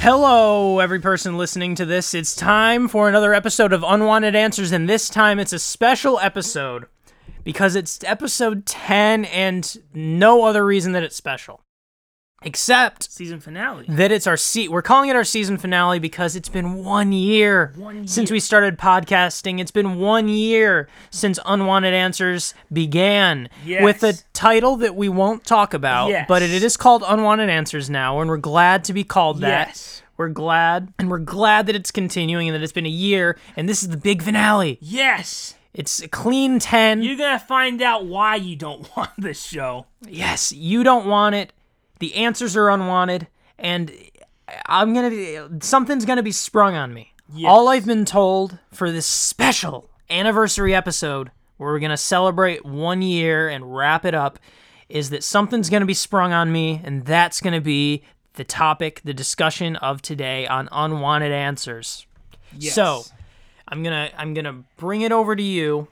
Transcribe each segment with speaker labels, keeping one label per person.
Speaker 1: Hello, every person listening to this. It's time for another episode of Unwanted Answers, and this time it's a special episode because it's episode 10 and no other reason that it's special. Except
Speaker 2: season finale.
Speaker 1: that it's our se- we're calling it our season finale because it's been one year,
Speaker 2: One
Speaker 1: since we started podcasting it's been one year since unwanted answers began
Speaker 2: Yes.
Speaker 1: with a title that we won't talk about
Speaker 2: Yes.
Speaker 1: but it is called unwanted answers now and we're glad to be called that
Speaker 2: Yes.
Speaker 1: we're glad and we're glad that it's continuing and that it's been a year and this is the big finale
Speaker 2: Yes.
Speaker 1: it's a clean 10
Speaker 2: You're gonna find out why you don't want this show.
Speaker 1: yes you don't want it the answers are unwanted and i'm gonna be something's gonna be sprung on me all i've been told for this special anniversary episode where we're gonna celebrate one year and wrap it up is that something's gonna be sprung on me and that's gonna be the topic the discussion of today on unwanted answers
Speaker 2: Yes.
Speaker 1: so i'm gonna i'm gonna bring it over to you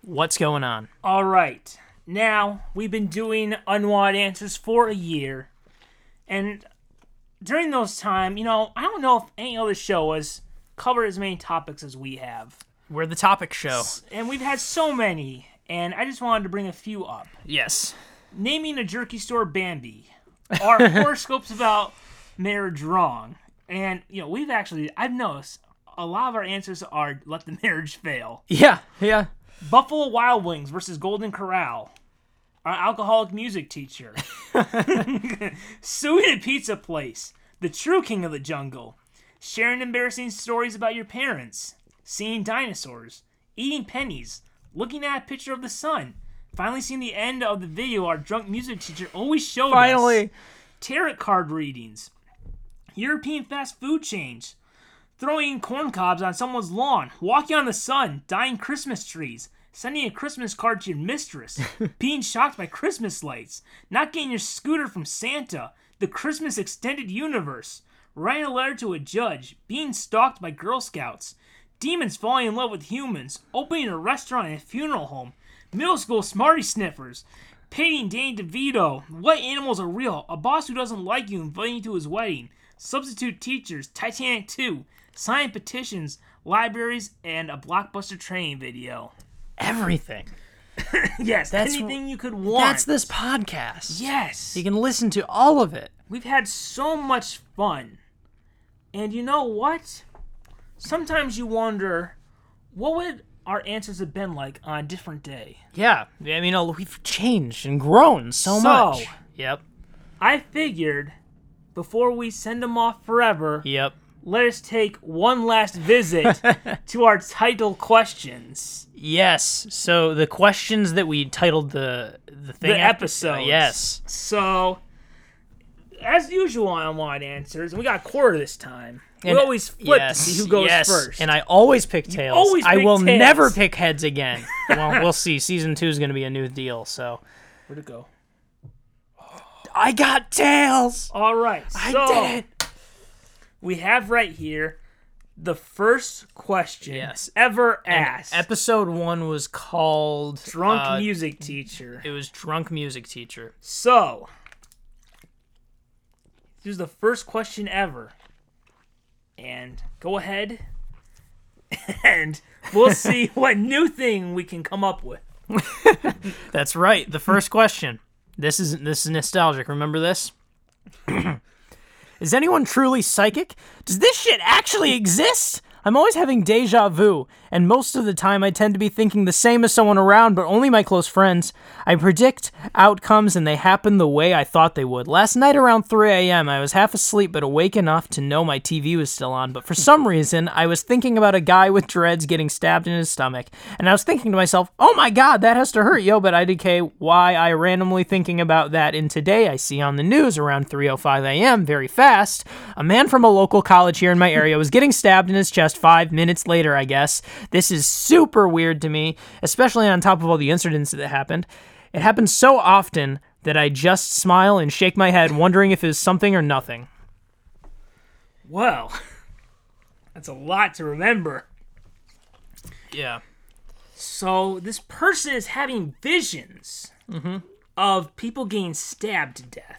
Speaker 1: what's going on
Speaker 2: All right. Now we've been doing unwanted answers for a year, and during those time, you know, I don't know if any other show has covered as many topics as we have,
Speaker 1: we're the topic show
Speaker 2: and we've had so many. And I just wanted to bring a few up.
Speaker 1: Yes.
Speaker 2: naming a jerky store Bambi, our horoscopes about marriage wrong, and you know we've actually I've noticed a lot of our answers are let the marriage fail.
Speaker 1: Yeah. Yeah.
Speaker 2: Buffalo Wild Wings versus Golden Corral, our alcoholic music teacher, suing a pizza place, the true king of the jungle, sharing embarrassing stories about your parents, seeing dinosaurs, eating pennies, looking at a picture of the sun. Finally, seeing the end of the video our drunk music teacher always showed us
Speaker 1: Finally.
Speaker 2: tarot card readings, European fast food chains, throwing corn cobs on someone's lawn, walking on the sun, dying Christmas trees, sending a Christmas card to your mistress, being shocked by Christmas lights, not getting your scooter from Santa, the Christmas extended universe, writing a letter to a judge, being stalked by Girl Scouts, demons falling in love with humans, opening a restaurant and a funeral home, middle school smarty sniffers, Painting Danny DeVito. What animals are real? A boss who doesn't like you inviting you to his wedding. Substitute teachers. Titanic 2. Signed petitions. Libraries and a blockbuster training video.
Speaker 1: Everything.
Speaker 2: Yes,
Speaker 1: That's-
Speaker 2: anything you could want.
Speaker 1: That's this podcast.
Speaker 2: Yes,
Speaker 1: You can listen to all of it.
Speaker 2: we've had so much fun, and you know what? Sometimes you wonder, what would our answers have been like on a different day?
Speaker 1: Yeah. I mean, uh, we've changed and grown so,
Speaker 2: So-
Speaker 1: much. Yep.
Speaker 2: I figured, before we send them off forever,
Speaker 1: Yep.
Speaker 2: let us take one last visit to our title questions.
Speaker 1: Yes. So the questions that we titled the the thing
Speaker 2: The
Speaker 1: after-
Speaker 2: episodes.
Speaker 1: Yes.
Speaker 2: So, as usual on Online Answers, and we got a quarter this time.
Speaker 1: And-
Speaker 2: we always flip
Speaker 1: yes,
Speaker 2: to see who goes
Speaker 1: yes.
Speaker 2: first.
Speaker 1: And I always pick tails.
Speaker 2: always
Speaker 1: I
Speaker 2: pick
Speaker 1: will
Speaker 2: tails.
Speaker 1: never pick heads again. well, we'll see. Season two is going to be a new deal. So
Speaker 2: Where'd it go?
Speaker 1: I got tails.
Speaker 2: All right. So,
Speaker 1: I did it.
Speaker 2: we have right here the first question
Speaker 1: Yes.
Speaker 2: ever asked.
Speaker 1: Episode one was called
Speaker 2: Drunk
Speaker 1: uh,
Speaker 2: music teacher.
Speaker 1: It was drunk music teacher.
Speaker 2: So, this is the first question ever. And go ahead and we'll see what new thing we can come up with.
Speaker 1: That's right. The first question. This is this is nostalgic. Remember this? is anyone truly psychic? Does this shit actually exist? I'm always having deja vu, and most of the time I tend to be thinking the same as someone around, but only my close friends. I predict outcomes and they happen the way I thought they would. Last night around 3 a.m., I was half asleep but awake enough to know my TV was still on, but for some reason, I was thinking about a guy with dreads getting stabbed in his stomach, and I was thinking to myself, oh my god, that has to hurt, yo, but I decay why I randomly thinking about that in today I see on the news around 3.05 a.m., very fast. A man from a local college here in my area was getting stabbed in his chest five minutes later, I guess. This is super weird to me, especially on top of all the incidents that happened. It happens so often that I just smile and shake my head, wondering if it's something or nothing.
Speaker 2: Well, that's a lot to remember.
Speaker 1: Yeah.
Speaker 2: So, this
Speaker 1: Mm-hmm.
Speaker 2: person is having visions of people getting stabbed to death.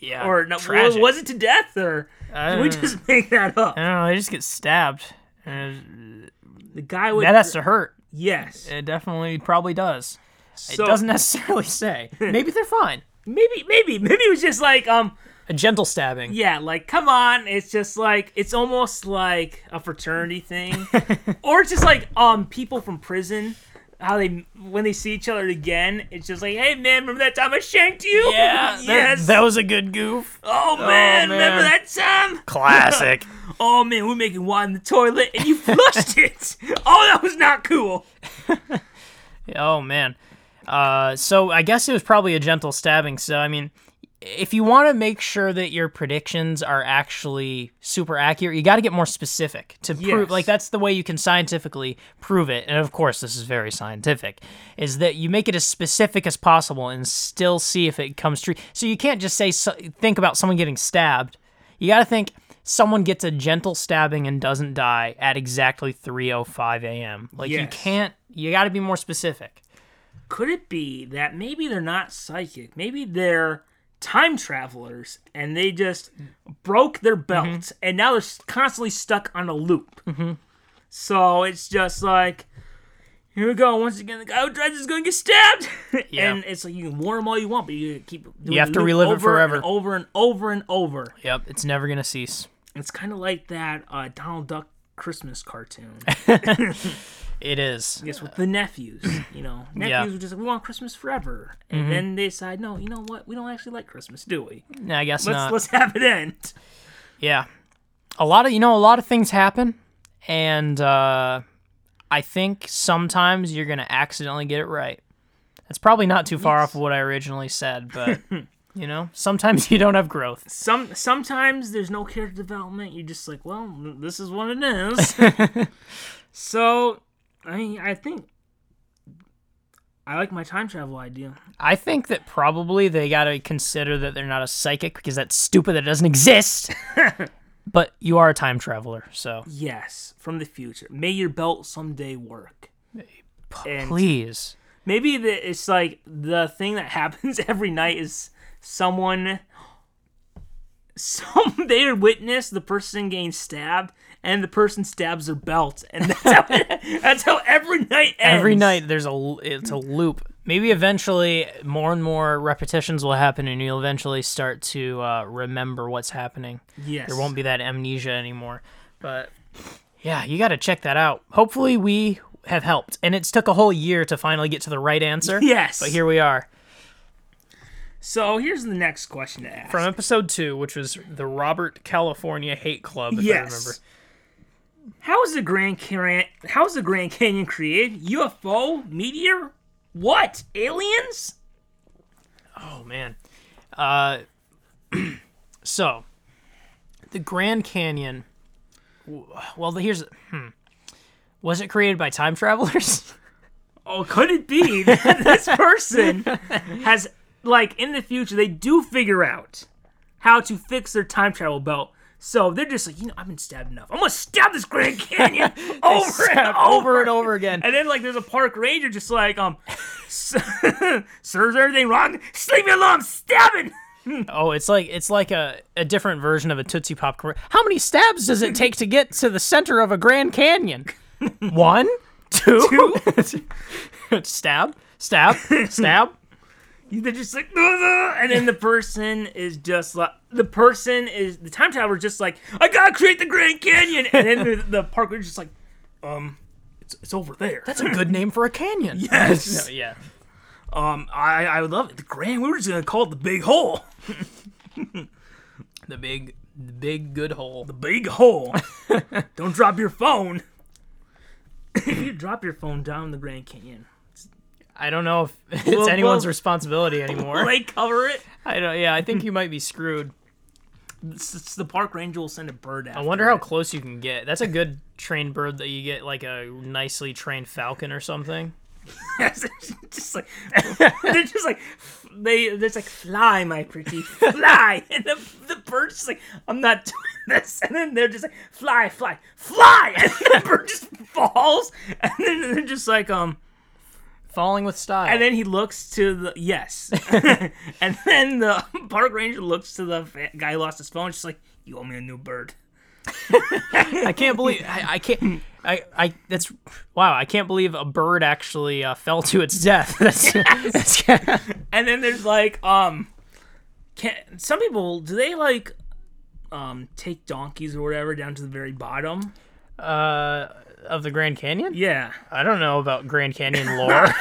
Speaker 1: Yeah,
Speaker 2: or no,
Speaker 1: tragic.
Speaker 2: was it to death or did we
Speaker 1: Uh,
Speaker 2: just make that up?
Speaker 1: I don't know. They just get stabbed. And
Speaker 2: The guy with
Speaker 1: that has to hurt.
Speaker 2: yes.
Speaker 1: It definitely probably does.
Speaker 2: So
Speaker 1: it doesn't necessarily say. Maybe they're fine.
Speaker 2: maybe maybe maybe it was just like um
Speaker 1: A gentle stabbing.
Speaker 2: yeah like come on it's just like it's almost like a fraternity thing or it's just like um people from prison how they when they see each other again it's just like hey man remember that time I shanked you
Speaker 1: Yeah, that-
Speaker 2: yes
Speaker 1: That was a good goof.
Speaker 2: oh, man,
Speaker 1: man.
Speaker 2: remember that time
Speaker 1: Classic.
Speaker 2: oh man we're making wine in the toilet and you flushed it oh that was not cool
Speaker 1: oh man. Uh, so I guess it was probably a gentle stabbing. So I mean, if you want to make sure that your predictions are actually super accurate, you got to get more specific to prove.
Speaker 2: Yes.
Speaker 1: Like that's the way you can scientifically prove it. And of course, this is very scientific. Is that you make it as specific as possible and still see if it comes true. So you can't just say so- think about someone getting stabbed. You got to think someone gets a gentle stabbing and doesn't die at exactly 3:05 a.m. Like you
Speaker 2: Yes.
Speaker 1: can't. You got to be more specific.
Speaker 2: could it be that maybe they're not psychic? Maybe they're time travelers and they just broke their
Speaker 1: Mm-hmm.
Speaker 2: belt and now they're s- constantly stuck on a loop. So it's just like, here we go. Once again, the guy who drives is going to get stabbed.
Speaker 1: Yeah.
Speaker 2: and it's like you can warn them all you want, but you keep doing
Speaker 1: You have to
Speaker 2: the loop
Speaker 1: relive it
Speaker 2: over
Speaker 1: forever.
Speaker 2: And over and over and over.
Speaker 1: Yep, it's never gonna cease.
Speaker 2: It's kind of like that uh, Donald Duck Christmas cartoon.
Speaker 1: It is.
Speaker 2: Yes, with the nephews, you know, nephews were just like, we want Christmas forever, and
Speaker 1: Mm-hmm.
Speaker 2: then they decide, no, you know what, we don't actually like Christmas, do we?
Speaker 1: No, I guess
Speaker 2: Let's
Speaker 1: not.
Speaker 2: let's have it end.
Speaker 1: Yeah, a lot of you know a lot of things happen, and uh, I think sometimes you're gonna accidentally get it right. That's probably not too far off of what I originally said, but you know, sometimes you don't have growth.
Speaker 2: Some sometimes there's no character development. You're just like, well, this is what it is. so, I mean, I think I like my time travel idea.
Speaker 1: I think that probably they gotta consider that they're not a psychic because that's stupid. That doesn't exist. but you are a time traveler, so
Speaker 2: Yes, from the future. May your belt someday work. And-
Speaker 1: please.
Speaker 2: Maybe the, it's like the thing that happens every night is someone, some they witness the person getting stabbed, and the person stabs their belt, and that's how, that's how every night ends.
Speaker 1: Every night there's a l- it's a loop. Maybe eventually more and more repetitions will happen, and you'll eventually start to uh, remember what's happening.
Speaker 2: yes,
Speaker 1: There won't be that amnesia anymore. But yeah, you got to check that out. Hopefully, we have helped, and it's took a whole year to finally get to the right answer.
Speaker 2: Yes.
Speaker 1: but here we are
Speaker 2: So here's the next question to ask.
Speaker 1: from episode two, which was the Robert California Hate Club. If I remember.
Speaker 2: yes. How is the Grand Canyon? How is the Grand Canyon created? UFO, meteor, what? Aliens?
Speaker 1: Oh man. Uh, so the Grand Canyon. w- Well, the- here's hmm. Was it created by time travelers?
Speaker 2: Oh, could it be that this person has, like, in the future, they do figure out how to fix their time travel belt. So they're just like, you know, I've been stabbed enough. I'm gonna stab this Grand Canyon over and
Speaker 1: Stabbed
Speaker 2: over.
Speaker 1: and over again.
Speaker 2: And then like, there's a park ranger just like, um, sir, is everything wrong? Just leave me alone. I'm stabbing.
Speaker 1: Oh, it's like it's like a, a different version of a Tootsie Pop. commer- How many stabs does it take to get to the center of a Grand Canyon? One, two, stab, stab, stab.
Speaker 2: They're just like, "Ugh, ugh," and then the person is just like, the person is the time traveler is just like, I gotta create the Grand Canyon, and then the, the park ranger just like, um, it's it's over there.
Speaker 1: That's a good name for a canyon.
Speaker 2: Yes.
Speaker 1: No, yeah.
Speaker 2: Um, I I would love it. The Grand. We were just gonna call it the Big Hole.
Speaker 1: The big, the big good hole.
Speaker 2: The Big Hole. Don't drop your phone. if you drop your phone down the Grand Canyon,
Speaker 1: I don't know if it's
Speaker 2: well-
Speaker 1: anyone's responsibility anymore.
Speaker 2: they cover it.
Speaker 1: I don't. Yeah, I think you might be screwed.
Speaker 2: It's, it's the park ranger will send a bird out.
Speaker 1: I wonder how close you can get. That's a good trained bird that you get, like a nicely trained falcon or something.
Speaker 2: just like they're just like they. There's like fly, my pretty fly, and the the bird's just like I'm not doing this, and then they're just like fly, fly, fly, and the bird just falls, and then they're just like um.
Speaker 1: Falling with style.
Speaker 2: And then he looks to the yes, and then the park ranger looks to the fa- guy who lost his phone. She's like, "You owe me a new bird."
Speaker 1: I can't believe I, I can't. I, I that's wow I can't believe a bird actually uh, fell to its death. That's, that's
Speaker 2: And then there's like, um, can some people do they like, um, take donkeys or whatever down to the very bottom?
Speaker 1: uh, of the Grand Canyon.
Speaker 2: Yeah,
Speaker 1: I don't know about Grand Canyon lore.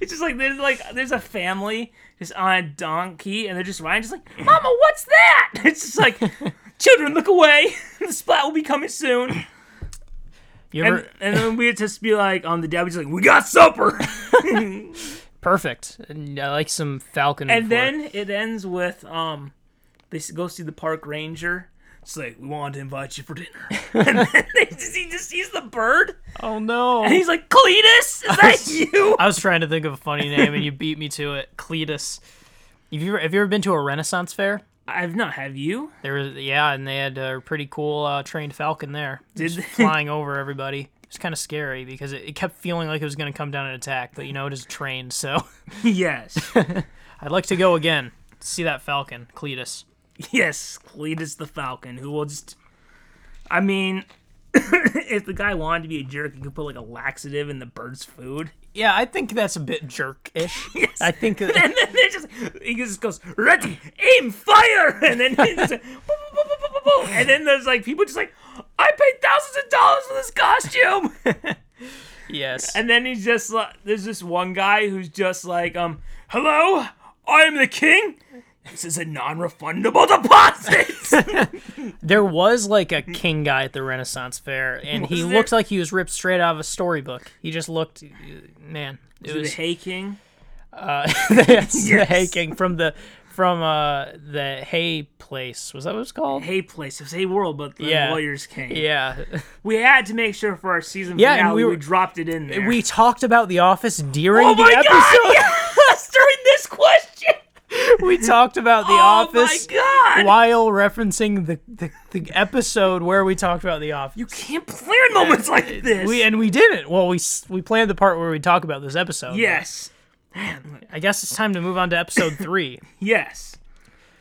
Speaker 2: it's just like there's like there's a family just on a donkey, and they're just riding, just like, "Mama, what's that?" It's just like, "Children, look away! the splat will be coming soon."
Speaker 1: You ever,
Speaker 2: And, and then we would just be like, um, the dad was like, "We got supper,"
Speaker 1: perfect. And I like some falcon.
Speaker 2: and
Speaker 1: for it.
Speaker 2: then it ends with um, they s- go see the park ranger. It's like we wanted to invite you for dinner, and then they just, he just sees the bird,
Speaker 1: oh no.
Speaker 2: and he's like, "Cletus, is that you?"
Speaker 1: I was trying to think of a funny name, and you beat me to it. Cletus. Have you ever, have you ever been to a Renaissance fair?
Speaker 2: I've not. Have you?
Speaker 1: There was yeah, and they had a pretty cool uh, trained falcon there,
Speaker 2: Did
Speaker 1: just
Speaker 2: they?
Speaker 1: flying over everybody. It was kind of scary because it, it kept feeling like it was going to come down and attack, but you know it is trained, so
Speaker 2: yes,
Speaker 1: I'd like to go again to see that falcon, Cletus.
Speaker 2: yes, Cletus the Falcon, who will just. I mean, if the guy wanted to be a jerk, he could put like a laxative in the bird's food.
Speaker 1: Yeah, I think that's a bit jerk-ish. I think
Speaker 2: and then they just he just goes ready aim fire and then he just, boop, boop, boop, boop, boop, boop, boop. and then there's like people just like i paid thousands of dollars for this costume
Speaker 1: yes.
Speaker 2: and then he's just like there's this one guy who's just like um hello i am the king this is a non-refundable deposit
Speaker 1: There was like a king guy at the Renaissance fair, and he
Speaker 2: Was
Speaker 1: looked
Speaker 2: there?
Speaker 1: like he was ripped straight out of a storybook. He just looked, man, it
Speaker 2: the
Speaker 1: was
Speaker 2: hay king
Speaker 1: uh, yes, the hay king from the from uh the hay place. Was that what it's called?
Speaker 2: hay place it was hay world but the
Speaker 1: Yeah.
Speaker 2: lawyers came
Speaker 1: Yeah,
Speaker 2: we had to make sure for our season
Speaker 1: Yeah, and
Speaker 2: finale
Speaker 1: we
Speaker 2: we,
Speaker 1: were-
Speaker 2: dropped it in there
Speaker 1: we talked about The Office during
Speaker 2: oh
Speaker 1: the
Speaker 2: my god
Speaker 1: episode.
Speaker 2: yes during this question
Speaker 1: We talked about The
Speaker 2: oh
Speaker 1: Office
Speaker 2: my god
Speaker 1: while referencing the, the the episode where we talked about The Office.
Speaker 2: You can't plan moments like this.
Speaker 1: we and we didn't. Well, we s- we planned the part where we talk about this episode. but
Speaker 2: yes,
Speaker 1: I guess it's time to move on to episode three.
Speaker 2: yes.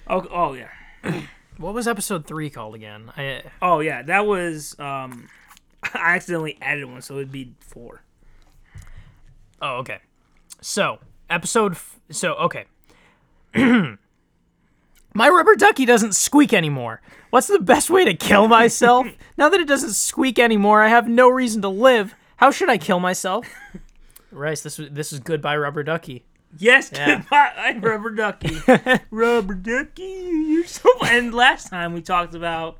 Speaker 2: Oh, oh yeah,
Speaker 1: What was episode three called again? I,
Speaker 2: oh yeah. That was um, I accidentally added one, so it'd be four.
Speaker 1: oh, okay. So episode. F- so okay. my rubber ducky doesn't squeak anymore. What's the best way to kill myself? now that it doesn't squeak anymore, I have no reason to live. How should I kill myself? Rice, this was this is goodbye rubber ducky.
Speaker 2: Yes, goodbye, I- rubber ducky, rubber ducky. You're so. And last time we talked about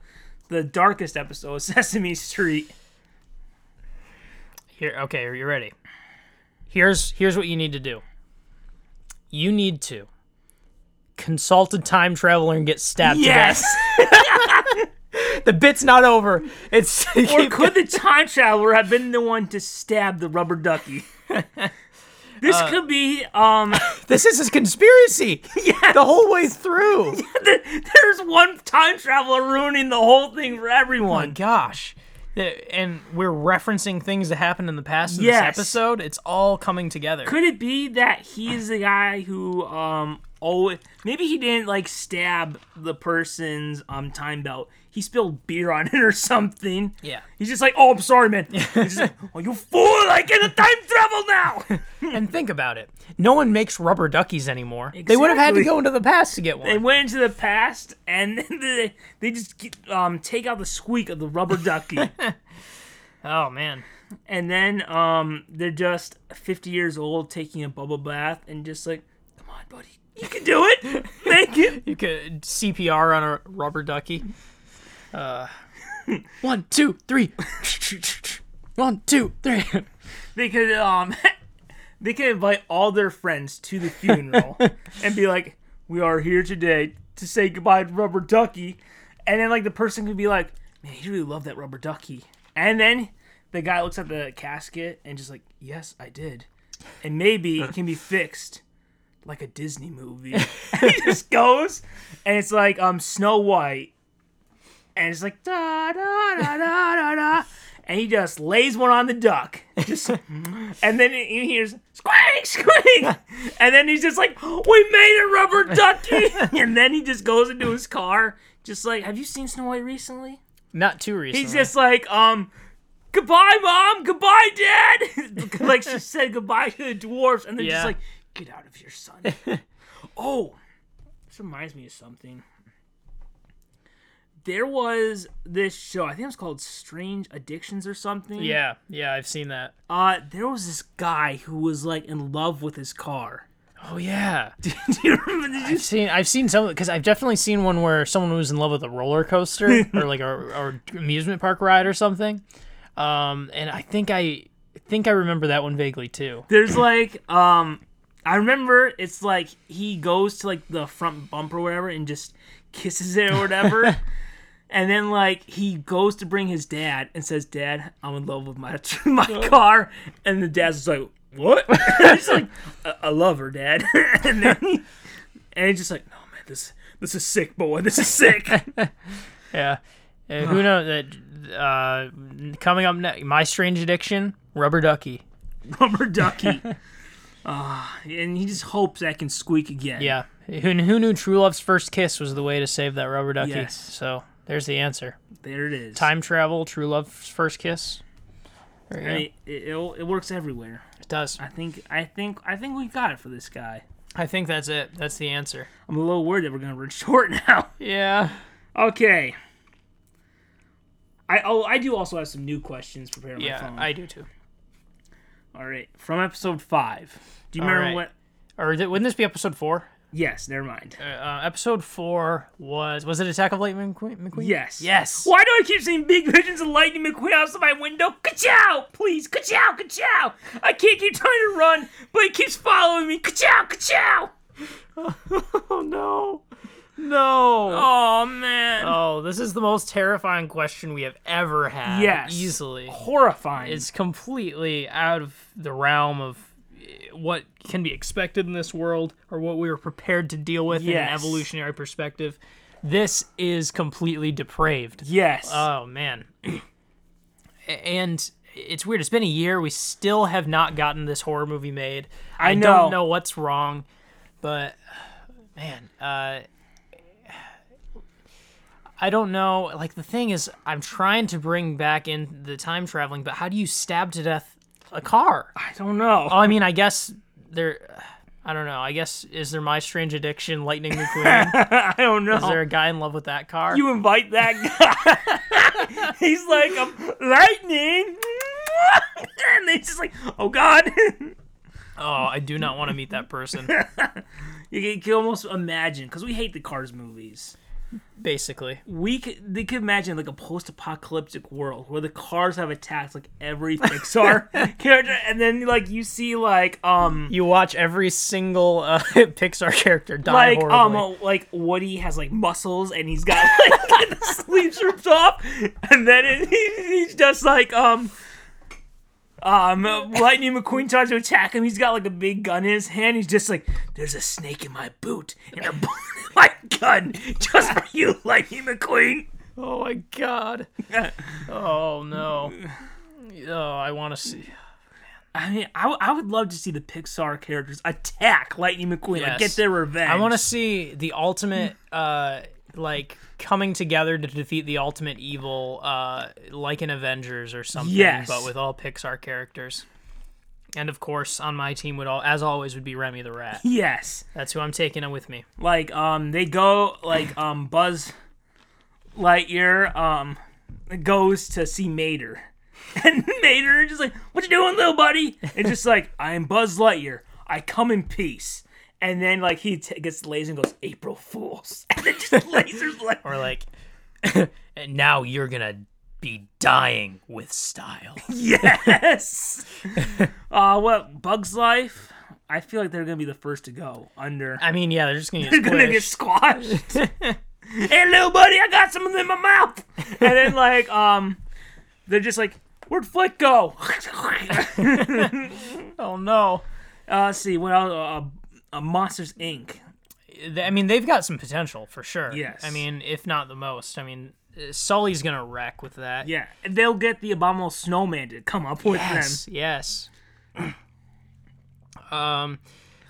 Speaker 2: the darkest episode, Sesame Street.
Speaker 1: Here, okay, are you ready? Here's here's what you need to do. You need to consult a time traveler and get stabbed
Speaker 2: Yes.
Speaker 1: to death. The bit's not over. It's
Speaker 2: or could the time traveler have been the one to stab the rubber ducky? This could be um
Speaker 1: this is a conspiracy. Yeah. The whole way through.
Speaker 2: There's one time traveler ruining the whole thing for
Speaker 1: My
Speaker 2: everyone.
Speaker 1: gosh. The- And we're referencing things that happened in the past in
Speaker 2: Yes.
Speaker 1: this episode. It's all coming together.
Speaker 2: Could it be that he's the guy who um always maybe he didn't like stab the person's um time belt. He spilled beer on it or something.
Speaker 1: yeah.
Speaker 2: He's just like, oh, I'm sorry, man. He's just like, oh, you fool! I get a time travel now.
Speaker 1: And think about it. No one makes rubber duckies anymore. They would have had to
Speaker 2: Exactly.
Speaker 1: go into the past to get one.
Speaker 2: They went into the past, and then they, they just get, um take out the squeak of the rubber ducky,
Speaker 1: oh man.
Speaker 2: and then um they're just 50 years old taking a bubble bath, and just like, come on, buddy, you can do it. Make it.
Speaker 1: You could CPR on a rubber ducky. Uh, one, two, three. one, two, three.
Speaker 2: they could um they could invite all their friends to the funeral and be like we are here today to say goodbye to rubber ducky and then like the person could be like man he really loved that rubber ducky and then the guy looks at the casket and just like yes i did and maybe it can be fixed like a disney movie and he just goes and it's like um snow white and it's like da da da da da da and he just lays one on the duck just and then he hears squawk, squeak. and then he's just like, we made a rubber ducky. and then he just goes into his car, just like, have you seen Snow White recently?
Speaker 1: Not too recently.
Speaker 2: He's just like, um, goodbye, mom, goodbye, dad. like she said goodbye to the dwarves, and they're
Speaker 1: Yeah.
Speaker 2: just like, get out of here, son. oh, this reminds me of something. There was this show, I think it was called Strange Addictions or something.
Speaker 1: yeah, yeah, I've seen that.
Speaker 2: Uh, there was this guy who was like in love with his car.
Speaker 1: Oh yeah,
Speaker 2: Do you remember? Did you
Speaker 1: I've seen I've seen some because I've definitely seen one where someone was in love with a roller coaster or like a or amusement park ride or something. Um, and I think I think I remember that one vaguely too.
Speaker 2: There's like um I remember it's like he goes to like the front bump or whatever and just kisses it or whatever. and then like he goes to bring his dad and says, "Dad, I'm in love with my my car." And the dad's just like, "What?" He's like, I-, "I love her, dad." and then he, and he's just like, "No, man, this this is sick, boy. This is sick."
Speaker 1: Yeah, Uh, who knows that? Uh, coming up next, my strange addiction, rubber ducky.
Speaker 2: Rubber ducky. Uh, and he just hopes that can squeak again.
Speaker 1: Yeah, who who knew true love's first kiss was the way to save that rubber ducky?
Speaker 2: Yes.
Speaker 1: So there's the answer.
Speaker 2: There it is.
Speaker 1: Time travel, true love's first kiss. There you
Speaker 2: I
Speaker 1: go.
Speaker 2: mean, it, it'll- it works everywhere.
Speaker 1: It does.
Speaker 2: I think I think I think we got it for this guy.
Speaker 1: I think that's it. That's the answer.
Speaker 2: I'm a little worried that we're gonna run short now.
Speaker 1: Yeah.
Speaker 2: Okay. I oh I do also have some new questions prepared on my
Speaker 1: Yeah,
Speaker 2: phone.
Speaker 1: I do too.
Speaker 2: All right, from episode five. Do you
Speaker 1: All
Speaker 2: remember
Speaker 1: right.
Speaker 2: what?
Speaker 1: Or th- wouldn't this be episode four?
Speaker 2: Yes, never mind.
Speaker 1: Uh, Uh, episode four was was it Attack of Lightning McQueen? McQueen?
Speaker 2: Yes.
Speaker 1: Yes.
Speaker 2: Why do I keep seeing big visions of lightning McQueen outside my window? Ka-chow! Please, ka-chow, ka-chow! I can't keep trying to run, but it keeps following me. Ka-chow, ka-chow!
Speaker 1: Oh no. No.
Speaker 2: Oh man.
Speaker 1: Oh, this is the most terrifying question we have ever had.
Speaker 2: Yes.
Speaker 1: Easily.
Speaker 2: Horrifying.
Speaker 1: It's completely out of the realm of eh, what can be expected in this world or what we were prepared to deal with in an
Speaker 2: Yes.
Speaker 1: evolutionary perspective. This is completely depraved.
Speaker 2: yes.
Speaker 1: Oh man. A- and it's weird. It's been a year. We still have not gotten this horror movie made. I,
Speaker 2: know.
Speaker 1: don't know what's wrong, but man, uh, I don't know. Like the thing is, I'm trying to bring back in the time traveling, but how do you stab to death a car?
Speaker 2: I don't know.
Speaker 1: Oh, I mean, I guess there. I don't know. I guess is there my strange addiction, Lightning McQueen?
Speaker 2: I don't know.
Speaker 1: is there a guy in love with that car?
Speaker 2: you invite that guy. He's like, i lightning. and they just like, oh god.
Speaker 1: oh, I do not want to meet that person.
Speaker 2: you, can, you can almost imagine, because we hate the Cars movies.
Speaker 1: Basically.
Speaker 2: We could, they could imagine like a post-apocalyptic world where the cars have attacked like every Pixar character, and then like you see like um
Speaker 1: You watch every single uh, Pixar character die
Speaker 2: like um
Speaker 1: horribly.
Speaker 2: uh, like Woody has like muscles and he's got like the sleeves ripped off, and then it, he, he's just like um. Um, uh, Lightning McQueen tries to attack him. He's got like a big gun in his hand. He's just like, "There's a snake in my boot and a bone in my gun, just for you, Lightning McQueen."
Speaker 1: oh my god. Oh no. Oh, I want to see.
Speaker 2: I mean, I, w- I would love to see the Pixar characters attack Lightning McQueen,
Speaker 1: Yes.
Speaker 2: like get their revenge.
Speaker 1: I want to see the ultimate, uh, like coming together to defeat the ultimate evil, uh, like in Avengers or something.
Speaker 2: Yes.
Speaker 1: But with all Pixar characters. And of course, on my team would all, as always, would be Remy the Rat.
Speaker 2: yes.
Speaker 1: That's who I'm taking in with me.
Speaker 2: like um they go like um Buzz Lightyear um goes to see Mater. And Mater is just like, "What you doing, little buddy?" And just like, "I am Buzz Lightyear. I come in peace." And then like he t- gets lazy and goes, "April Fools." And then just lasers like
Speaker 1: Or like, and now you're gonna be dying with style.
Speaker 2: yes. uh what Bugs Life? I feel like they're going to be the first to go under.
Speaker 1: I mean, yeah, they're just gonna get
Speaker 2: They're gonna get squashed. hey, little buddy, I got some of them in my mouth. And then like, um, they're just like, where'd Flick go?
Speaker 1: Oh no!
Speaker 2: uh, let's see, what else? Uh, uh, Monsters Inc.
Speaker 1: I mean, they've got some potential for sure.
Speaker 2: Yes.
Speaker 1: I mean, if not the most. I mean, uh, Sully's gonna wreck with that.
Speaker 2: Yeah, and they'll get the abominable snowman to come up with
Speaker 1: Yes. Yes. Um,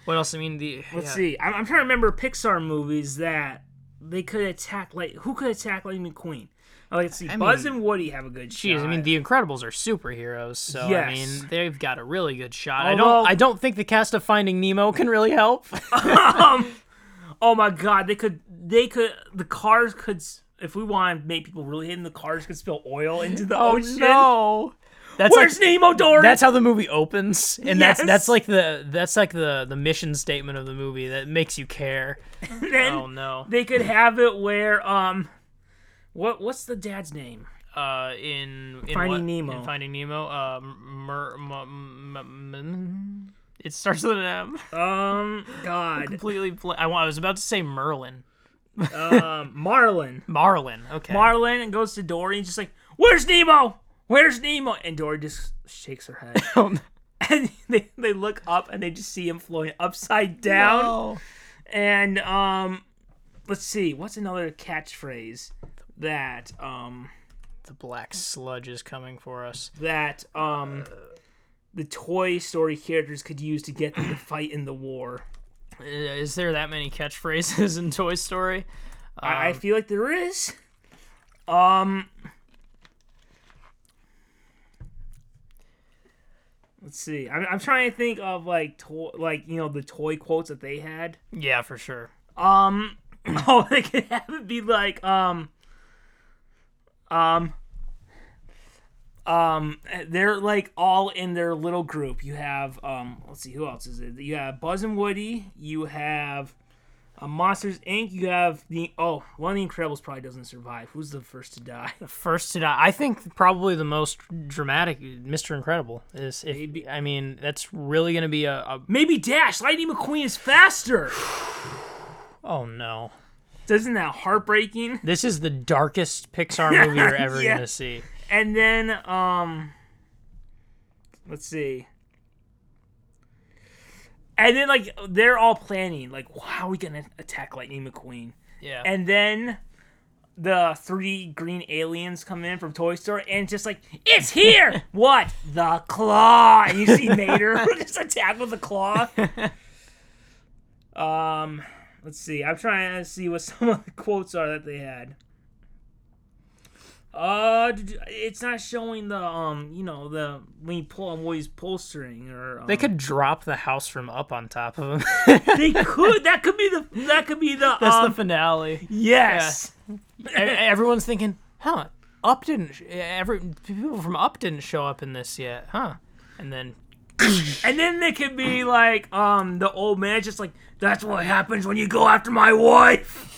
Speaker 1: what else? I mean, the
Speaker 2: Let's
Speaker 1: yeah.
Speaker 2: see. I'm, I'm trying to remember Pixar movies that they could attack. Like who could attack Lightning McQueen? Uh, let's see.
Speaker 1: I
Speaker 2: Buzz
Speaker 1: mean,
Speaker 2: and Woody have a good shot.
Speaker 1: Jeez, I mean, The Incredibles are superheroes, so I
Speaker 2: Yes.
Speaker 1: mean, they've got a really good shot. I
Speaker 2: Although-
Speaker 1: don't, I don't think the cast of Finding Nemo can really help.
Speaker 2: oh my god, they could. They could. The cars could. s- If we want to make people really hidden, the cars could spill oil into the ocean.
Speaker 1: Oh, no, that's
Speaker 2: Oh, Where's
Speaker 1: like,
Speaker 2: Nemo Dory?
Speaker 1: that's how the movie opens, and
Speaker 2: Yes.
Speaker 1: that's that's like the that's like the the mission statement of the movie that makes you care.
Speaker 2: then
Speaker 1: Oh no,
Speaker 2: they could have it where um, what what's the dad's name?
Speaker 1: uh, in, in
Speaker 2: Finding
Speaker 1: what?
Speaker 2: Nemo.
Speaker 1: in Finding Nemo, uh, mer, m- m- m- m- it starts with an M.
Speaker 2: Um, God,
Speaker 1: Completely, bl- I, wa- I was about to say Merlin,
Speaker 2: um, Marlin.
Speaker 1: Marlin. Okay,
Speaker 2: Marlin and goes to Dory and just like, "Where's Nemo? Where's Nemo?" And Dory just shakes her head.
Speaker 1: Marlin.
Speaker 2: and they, they look up and they just see him floating upside down. And um, let's see, what's another catchphrase that um
Speaker 1: The black sludge is coming for us.
Speaker 2: that um the Toy Story characters could use to get them to fight in the war?
Speaker 1: Uh, Is there that many catchphrases in Toy Story?
Speaker 2: I, I feel like there is. Um. Let's see. I'm, I'm trying to think of like toy, like you know the toy quotes that they had.
Speaker 1: Yeah, for sure.
Speaker 2: Um. Oh, they could have it be like um. Um. Um, they're like all in their little group. You have um, let's see, who else is it? You have Buzz and Woody. You have uh, Monsters Inc. You have the oh, one of the Incredibles probably doesn't survive. Who's the first to die?
Speaker 1: First to die, I think probably the most dramatic Mr. Incredible is. If, I mean, that's really gonna be a, a.
Speaker 2: Maybe Dash. Lightning McQueen is faster.
Speaker 1: Oh no,
Speaker 2: Doesn't that heartbreaking?
Speaker 1: this is the darkest Pixar movie you're ever
Speaker 2: Yeah.
Speaker 1: gonna see.
Speaker 2: And then um let's see. And then like they're all planning like how are we going to attack Lightning McQueen?
Speaker 1: Yeah.
Speaker 2: And then the three green aliens come in from Toy Story and just like it's here. what? The claw. And you see Mater just attack with the claw. um let's see. I'm trying to see what some of the quotes are that they had. Uh, d- d- it's not showing the um, you know, the when you pull on what he's postering or um,
Speaker 1: they could drop the house from up on top of him.
Speaker 2: they could that could be the that could be the
Speaker 1: That's
Speaker 2: um,
Speaker 1: the finale.
Speaker 2: yes.
Speaker 1: E- Everyone's thinking, huh? Up didn't. sh- e-, Every people from Up didn't show up in this yet, huh? And then
Speaker 2: And then they could be like, um, the old man just like, that's what happens when you go after my wife.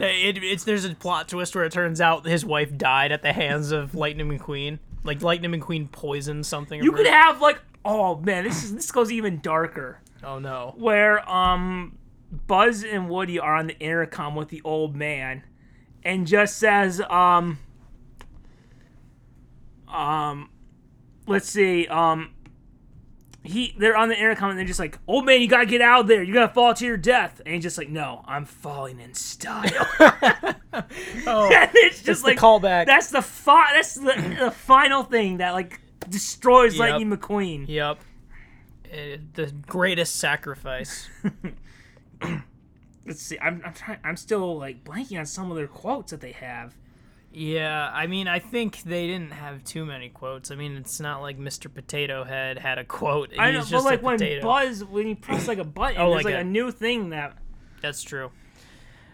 Speaker 1: It, it's there's a plot twist where it turns out his wife died at the hands of Lightning McQueen. Like Lightning McQueen poisoned something.
Speaker 2: You could have like, oh man, this is this goes even darker.
Speaker 1: Oh no.
Speaker 2: Where um, Buzz and Woody are on the intercom with the old man, and just says, um, um, let's see, um. He, they're on the intercom and they're just like, "Old man, you gotta get out of there. You're gonna fall to your death." And he's just like, "No, I'm falling in style."
Speaker 1: Oh,
Speaker 2: and it's just
Speaker 1: just like
Speaker 2: like
Speaker 1: callback.
Speaker 2: That's the fi- That's the, the final thing that like destroys
Speaker 1: Yep.
Speaker 2: Lightning McQueen.
Speaker 1: yep. It- the greatest sacrifice.
Speaker 2: Let's see. I'm I'm trying. I'm still like blanking on some of their quotes that they have.
Speaker 1: Yeah, I mean, I think they didn't have too many quotes. I mean, it's not like Mr. Potato Head had a quote. He's
Speaker 2: I know, but
Speaker 1: just
Speaker 2: like
Speaker 1: a
Speaker 2: when
Speaker 1: potato.
Speaker 2: Buzz, when you press like a button,
Speaker 1: Oh,
Speaker 2: there's like
Speaker 1: like
Speaker 2: a,
Speaker 1: a-
Speaker 2: new thing that.
Speaker 1: That's true.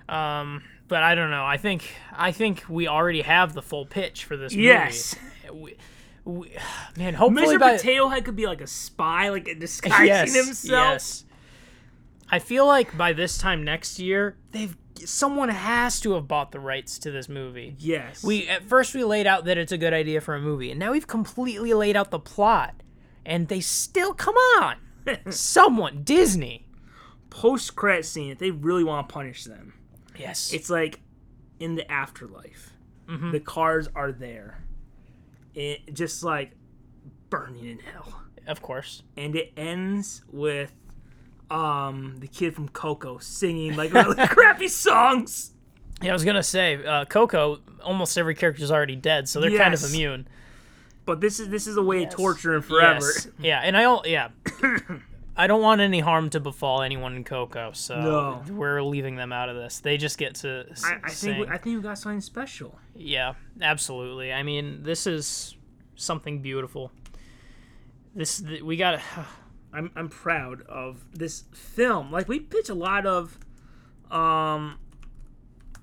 Speaker 1: Um, but I don't know. I think I think we already have the full pitch for this
Speaker 2: Yes,
Speaker 1: movie. We, we, man, hopefully
Speaker 2: Mr.
Speaker 1: by
Speaker 2: Potato Head could be like a spy, like disguising himself.
Speaker 1: Yes. I feel like by this time next year, they've someone has to have bought the rights to this movie.
Speaker 2: Yes.
Speaker 1: We at first we laid out that it's a good idea for a movie, and now we've completely laid out the plot, and they still come on. someone Disney.
Speaker 2: post credit scene. If they really want to punish them,
Speaker 1: Yes.
Speaker 2: it's like in the afterlife
Speaker 1: Mm-hmm.
Speaker 2: the cars are there it just like burning in hell
Speaker 1: of course.
Speaker 2: and it ends with um the kid from coco singing like really crappy songs
Speaker 1: Yeah, I was gonna say, uh, Coco. Almost every character's already dead, so they're kind of
Speaker 2: Yes.
Speaker 1: immune.
Speaker 2: But this is this is a way of torturing forever.
Speaker 1: Yes. Yeah, and I don't. Yeah, I don't want any harm to befall anyone in Coco, so
Speaker 2: No.
Speaker 1: we're leaving them out of this. They just get to. s-
Speaker 2: I, I think
Speaker 1: sing.
Speaker 2: we, I think we got something special.
Speaker 1: yeah, absolutely. I mean, this is something beautiful. This th- we got. to
Speaker 2: I'm I'm proud of this film. Like we pitch a lot of um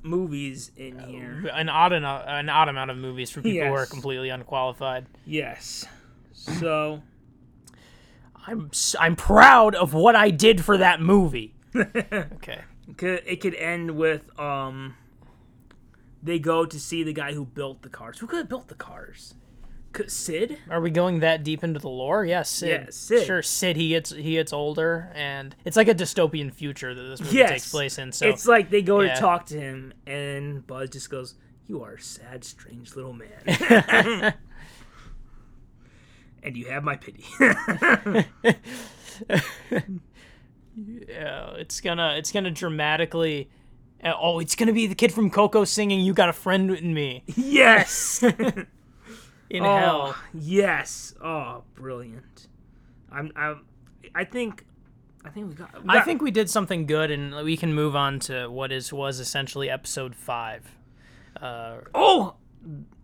Speaker 2: movies in here.
Speaker 1: an odd eno- an odd amount of movies from people who are
Speaker 2: Yes.
Speaker 1: completely unqualified.
Speaker 2: Yes. So
Speaker 1: I'm s- I'm proud of what I did for that movie. okay.
Speaker 2: could it could end with um they go to see the guy who built the cars. Who could have built the cars? Could Sid?
Speaker 1: Are we going that deep into the lore? Yeah, Sid.
Speaker 2: Yeah, Sid.
Speaker 1: Sure, Sid. He gets he gets older, and it's like a dystopian future that this movie
Speaker 2: Yes.
Speaker 1: takes place in. So
Speaker 2: it's like they go
Speaker 1: yeah.
Speaker 2: to talk to him and Buzz just goes, "You are a sad, strange little man." and you have my pity.
Speaker 1: uh, it's gonna it's gonna dramatically. uh, oh, it's gonna be the kid from Coco singing "You Got a Friend in Me"
Speaker 2: yes.
Speaker 1: in
Speaker 2: Oh,
Speaker 1: hell.
Speaker 2: Yes. Oh, brilliant. I'm. I'm. I think. I think we got. we
Speaker 1: I
Speaker 2: got-
Speaker 1: think we did something good, and we can move on to what is was essentially episode five. Uh,
Speaker 2: Oh,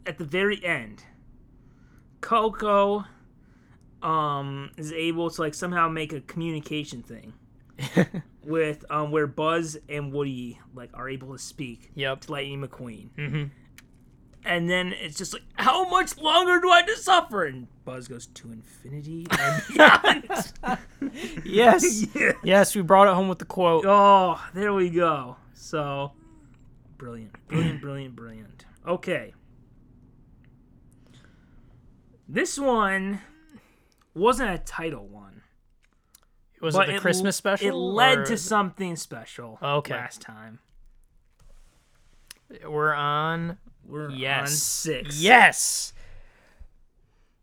Speaker 2: at the very end, Coco, um, is able to like somehow make a communication thing with um where Buzz and Woody like are able to speak
Speaker 1: yep.
Speaker 2: to Lightning McQueen.
Speaker 1: Mhm.
Speaker 2: And then it's just like, how much longer do I have to suffer? And Buzz goes to infinity and beyond.
Speaker 1: Yes.
Speaker 2: Yeah.
Speaker 1: yes, we brought it home with the quote.
Speaker 2: Oh, there we go. So, brilliant, brilliant, brilliant, brilliant. Okay. This one wasn't a title one,
Speaker 1: Was
Speaker 2: but
Speaker 1: it the
Speaker 2: l-
Speaker 1: Christmas special?
Speaker 2: It led
Speaker 1: or-
Speaker 2: to something special.
Speaker 1: Okay.
Speaker 2: Last time
Speaker 1: We're on
Speaker 2: we're on
Speaker 1: Yes.
Speaker 2: six.
Speaker 1: Yes.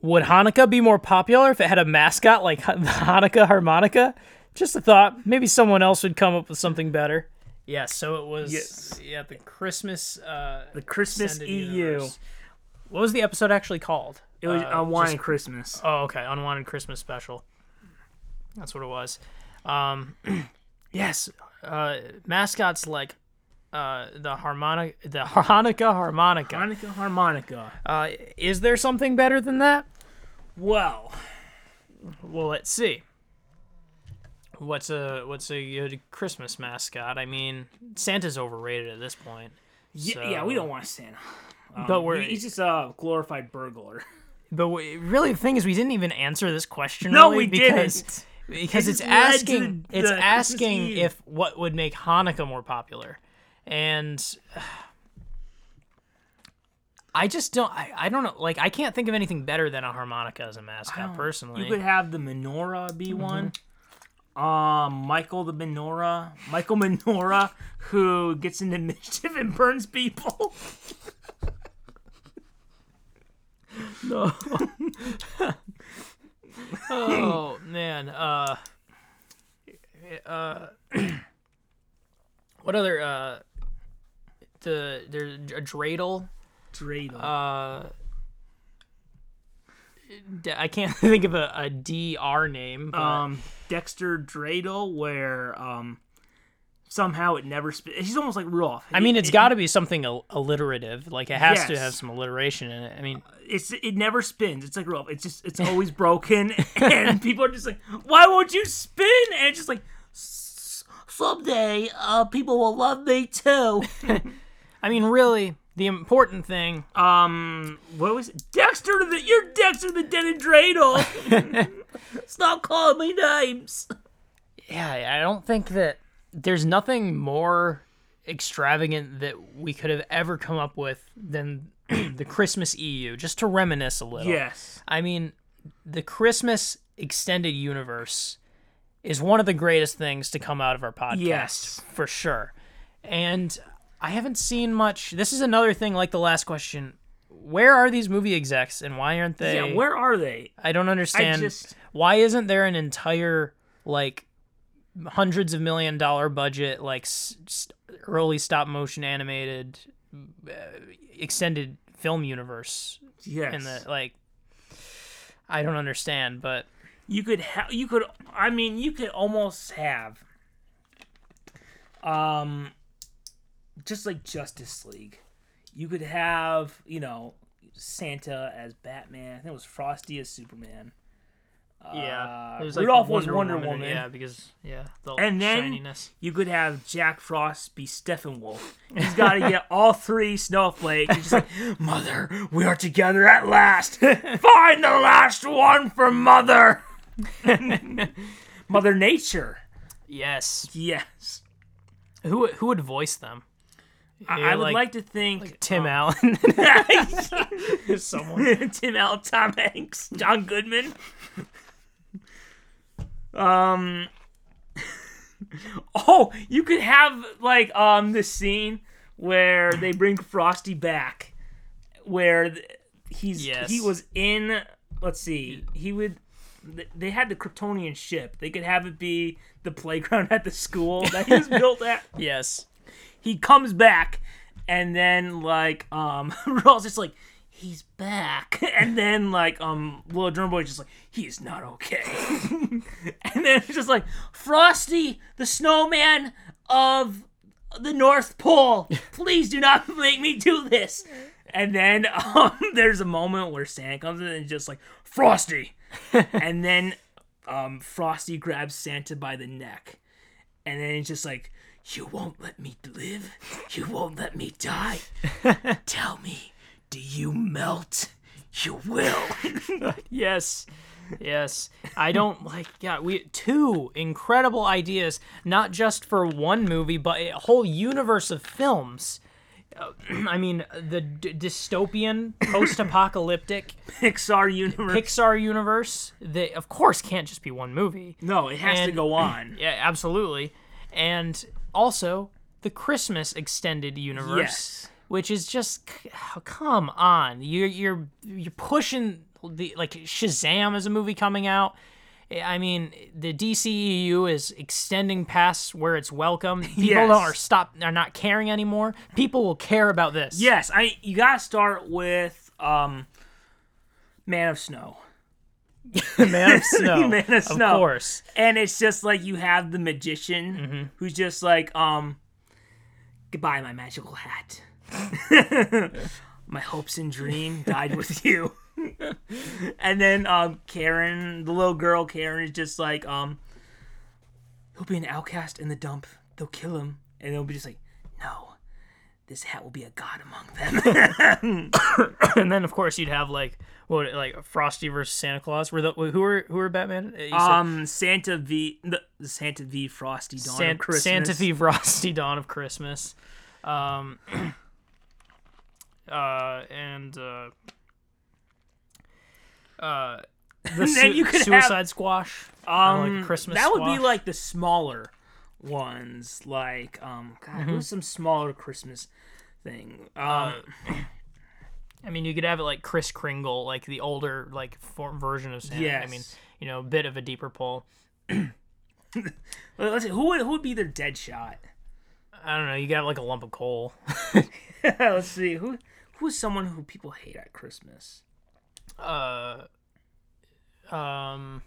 Speaker 1: Would Hanukkah be more popular if it had a mascot like Han- the Hanukkah harmonica? Just a thought. Maybe someone else would come up with something better. Yeah, so it was
Speaker 2: Yes.
Speaker 1: yeah, the Christmas uh
Speaker 2: The Christmas
Speaker 1: extended
Speaker 2: EU.
Speaker 1: universe. What was the episode actually called?
Speaker 2: It was
Speaker 1: Uh,
Speaker 2: a wine
Speaker 1: just-
Speaker 2: Christmas.
Speaker 1: Oh, okay. Unwanted Christmas special. That's what it was. Um yes, uh mascots like uh the harmonica the Hanukkah harmonica.
Speaker 2: Hanukkah harmonica.
Speaker 1: Uh, is there something better than that?
Speaker 2: Well,
Speaker 1: Well, let's see. What's a what's a good Christmas mascot? I mean, Santa's overrated at this point.
Speaker 2: y-
Speaker 1: So-
Speaker 2: yeah, we don't want Santa. Um,
Speaker 1: But we're-
Speaker 2: he- he's just a glorified burglar.
Speaker 1: But we, really, the thing is, we didn't even answer this question.
Speaker 2: No,
Speaker 1: really,
Speaker 2: we
Speaker 1: because, didn't. Because
Speaker 2: It
Speaker 1: it's
Speaker 2: just led to
Speaker 1: asking
Speaker 2: the-
Speaker 1: it's
Speaker 2: the Christmas
Speaker 1: asking
Speaker 2: Eve.
Speaker 1: if what would make Hanukkah more popular, and uh, I just don't. I, I don't know. Like, I can't think of anything better than a harmonica as a mascot personally.
Speaker 2: You could have the menorah be one. Um, Michael the menorah, Michael menorah, who gets into mischief and burns people.
Speaker 1: No. oh man. Uh. Uh. what other? Uh. The there's a dreidel.
Speaker 2: Dreidel.
Speaker 1: Uh. d- I can't think of a, a DR name. but-
Speaker 2: um, Dexter Dreidel, where um, somehow it never. Sp- he's almost like Rolf.
Speaker 1: I mean, it's got to be something al- alliterative. Like it has to
Speaker 2: Yes.
Speaker 1: have some alliteration in it. I mean,
Speaker 2: It's it never spins. It's like Rolf. It's just it's always broken, and people are just like, "Why won't you spin?" And it's just like, "S- "Someday, uh, people will love me too."
Speaker 1: I mean, really, the important thing
Speaker 2: Um, what was it? Dexter to the you're Dexter the Den and Dreidel. Stop calling me names.
Speaker 1: Yeah, I- I don't think that there's nothing more extravagant that we could have ever come up with than the Christmas EU, just to reminisce a little.
Speaker 2: Yes,
Speaker 1: I mean, the Christmas extended universe is one of the greatest things to come out of our podcast,
Speaker 2: Yes.
Speaker 1: for sure. And I haven't seen much. This is another thing like the last question. Where are these movie execs and why aren't they?
Speaker 2: yeah. Where are they?
Speaker 1: I don't understand.
Speaker 2: just-
Speaker 1: Why isn't there an entire like hundreds of million dollar budget like s- s- early stop motion animated uh, extended film universe
Speaker 2: Yes,
Speaker 1: in the like I don't understand, but
Speaker 2: you could ha- you could I mean you could almost have um just like Justice League. You could have, you know, Santa as Batman. I think it was Frosty as Superman.
Speaker 1: yeah,
Speaker 2: Uh, Rudolph was Wonder Woman.
Speaker 1: Yeah, because yeah, the
Speaker 2: And then-
Speaker 1: shininess.
Speaker 2: You could have Jack Frost be Steppenwolf. He's got to get all three snowflakes. He's just like, Mother, we are together at last. Find the last one for Mother. Mother Nature.
Speaker 1: Yes,
Speaker 2: Yes.
Speaker 1: who who would voice them?
Speaker 2: I,
Speaker 1: Yeah,
Speaker 2: I would
Speaker 1: like-
Speaker 2: like, to think
Speaker 1: Tim Allen. Someone.
Speaker 2: Tim Allen, Tom Hanks, John Goodman. Um. Oh, you could have like um this scene where they bring Frosty back, where th- he's
Speaker 1: Yes.
Speaker 2: he was in. Let's see, he would. th- They had the Kryptonian ship. They could have it be the playground at the school that he was built at
Speaker 1: yes.
Speaker 2: he comes back and then like um Roll's just like he's back and then like um little drum boy's just like he's not okay and then it's just like frosty the snowman of the north pole please do not make me do this and then um there's a moment where santa comes in and is just like frosty and then um frosty grabs santa by the neck and then it's just like, You won't let me live. You won't let me die. Tell me, do you melt? You will.
Speaker 1: Yes. Yes. I don't like yeah, we two incredible ideas not just for one movie but a whole universe of films. Uh, I mean the d- dystopian post-apocalyptic
Speaker 2: Pixar universe.
Speaker 1: Pixar universe that of course can't just be one movie.
Speaker 2: no, it has to
Speaker 1: And-
Speaker 2: go on.
Speaker 1: Yeah, absolutely. And also the Christmas extended universe,
Speaker 2: Yes.
Speaker 1: which is just c- oh, come on. You are you're you're pushing the like Shazam is a movie coming out. I mean, the DCEU is extending past where it's welcome. People
Speaker 2: Yes.
Speaker 1: are stop are not caring anymore. People will care about this.
Speaker 2: Yes, I you gotta start with um Man of Snow.
Speaker 1: Man of Snow.
Speaker 2: Man of Snow.
Speaker 1: Of course.
Speaker 2: And it's just like you have the magician
Speaker 1: Mm-hmm.
Speaker 2: who's just like, um, goodbye, my magical hat. my hopes and dream died with you. and then um, Karen, the little girl Karen, is just like, um, he'll be an outcast in the dump. They'll kill him, and they'll be just like, no, this hat will be a god among them.
Speaker 1: And then of course you'd have like what like Frosty versus Santa Claus. Were the who were who were Batman? Uh, You said-
Speaker 2: um, Santa v, the Santa v Frosty Dawn of
Speaker 1: San-
Speaker 2: Christmas.
Speaker 1: Santa Fe Frosty Dawn of Christmas. Um, uh, and uh, uh, the
Speaker 2: And then
Speaker 1: Su-
Speaker 2: you could have-
Speaker 1: Suicide Squash.
Speaker 2: Um,
Speaker 1: like a Christmas
Speaker 2: That would be
Speaker 1: squash.
Speaker 2: like the smaller ones, like um, God,
Speaker 1: Mm-hmm.
Speaker 2: who's some smaller Christmas thing? Um,
Speaker 1: Uh, I mean, you could have it like Chris Kringle, like the older like form version of Santa. I mean,
Speaker 2: Yes.
Speaker 1: you know, a bit of a deeper pull.
Speaker 2: let's see, who would who would be their dead shot?
Speaker 1: I don't know. You got like a lump of coal.
Speaker 2: let's see who who's someone who people hate at Christmas.
Speaker 1: uh, um,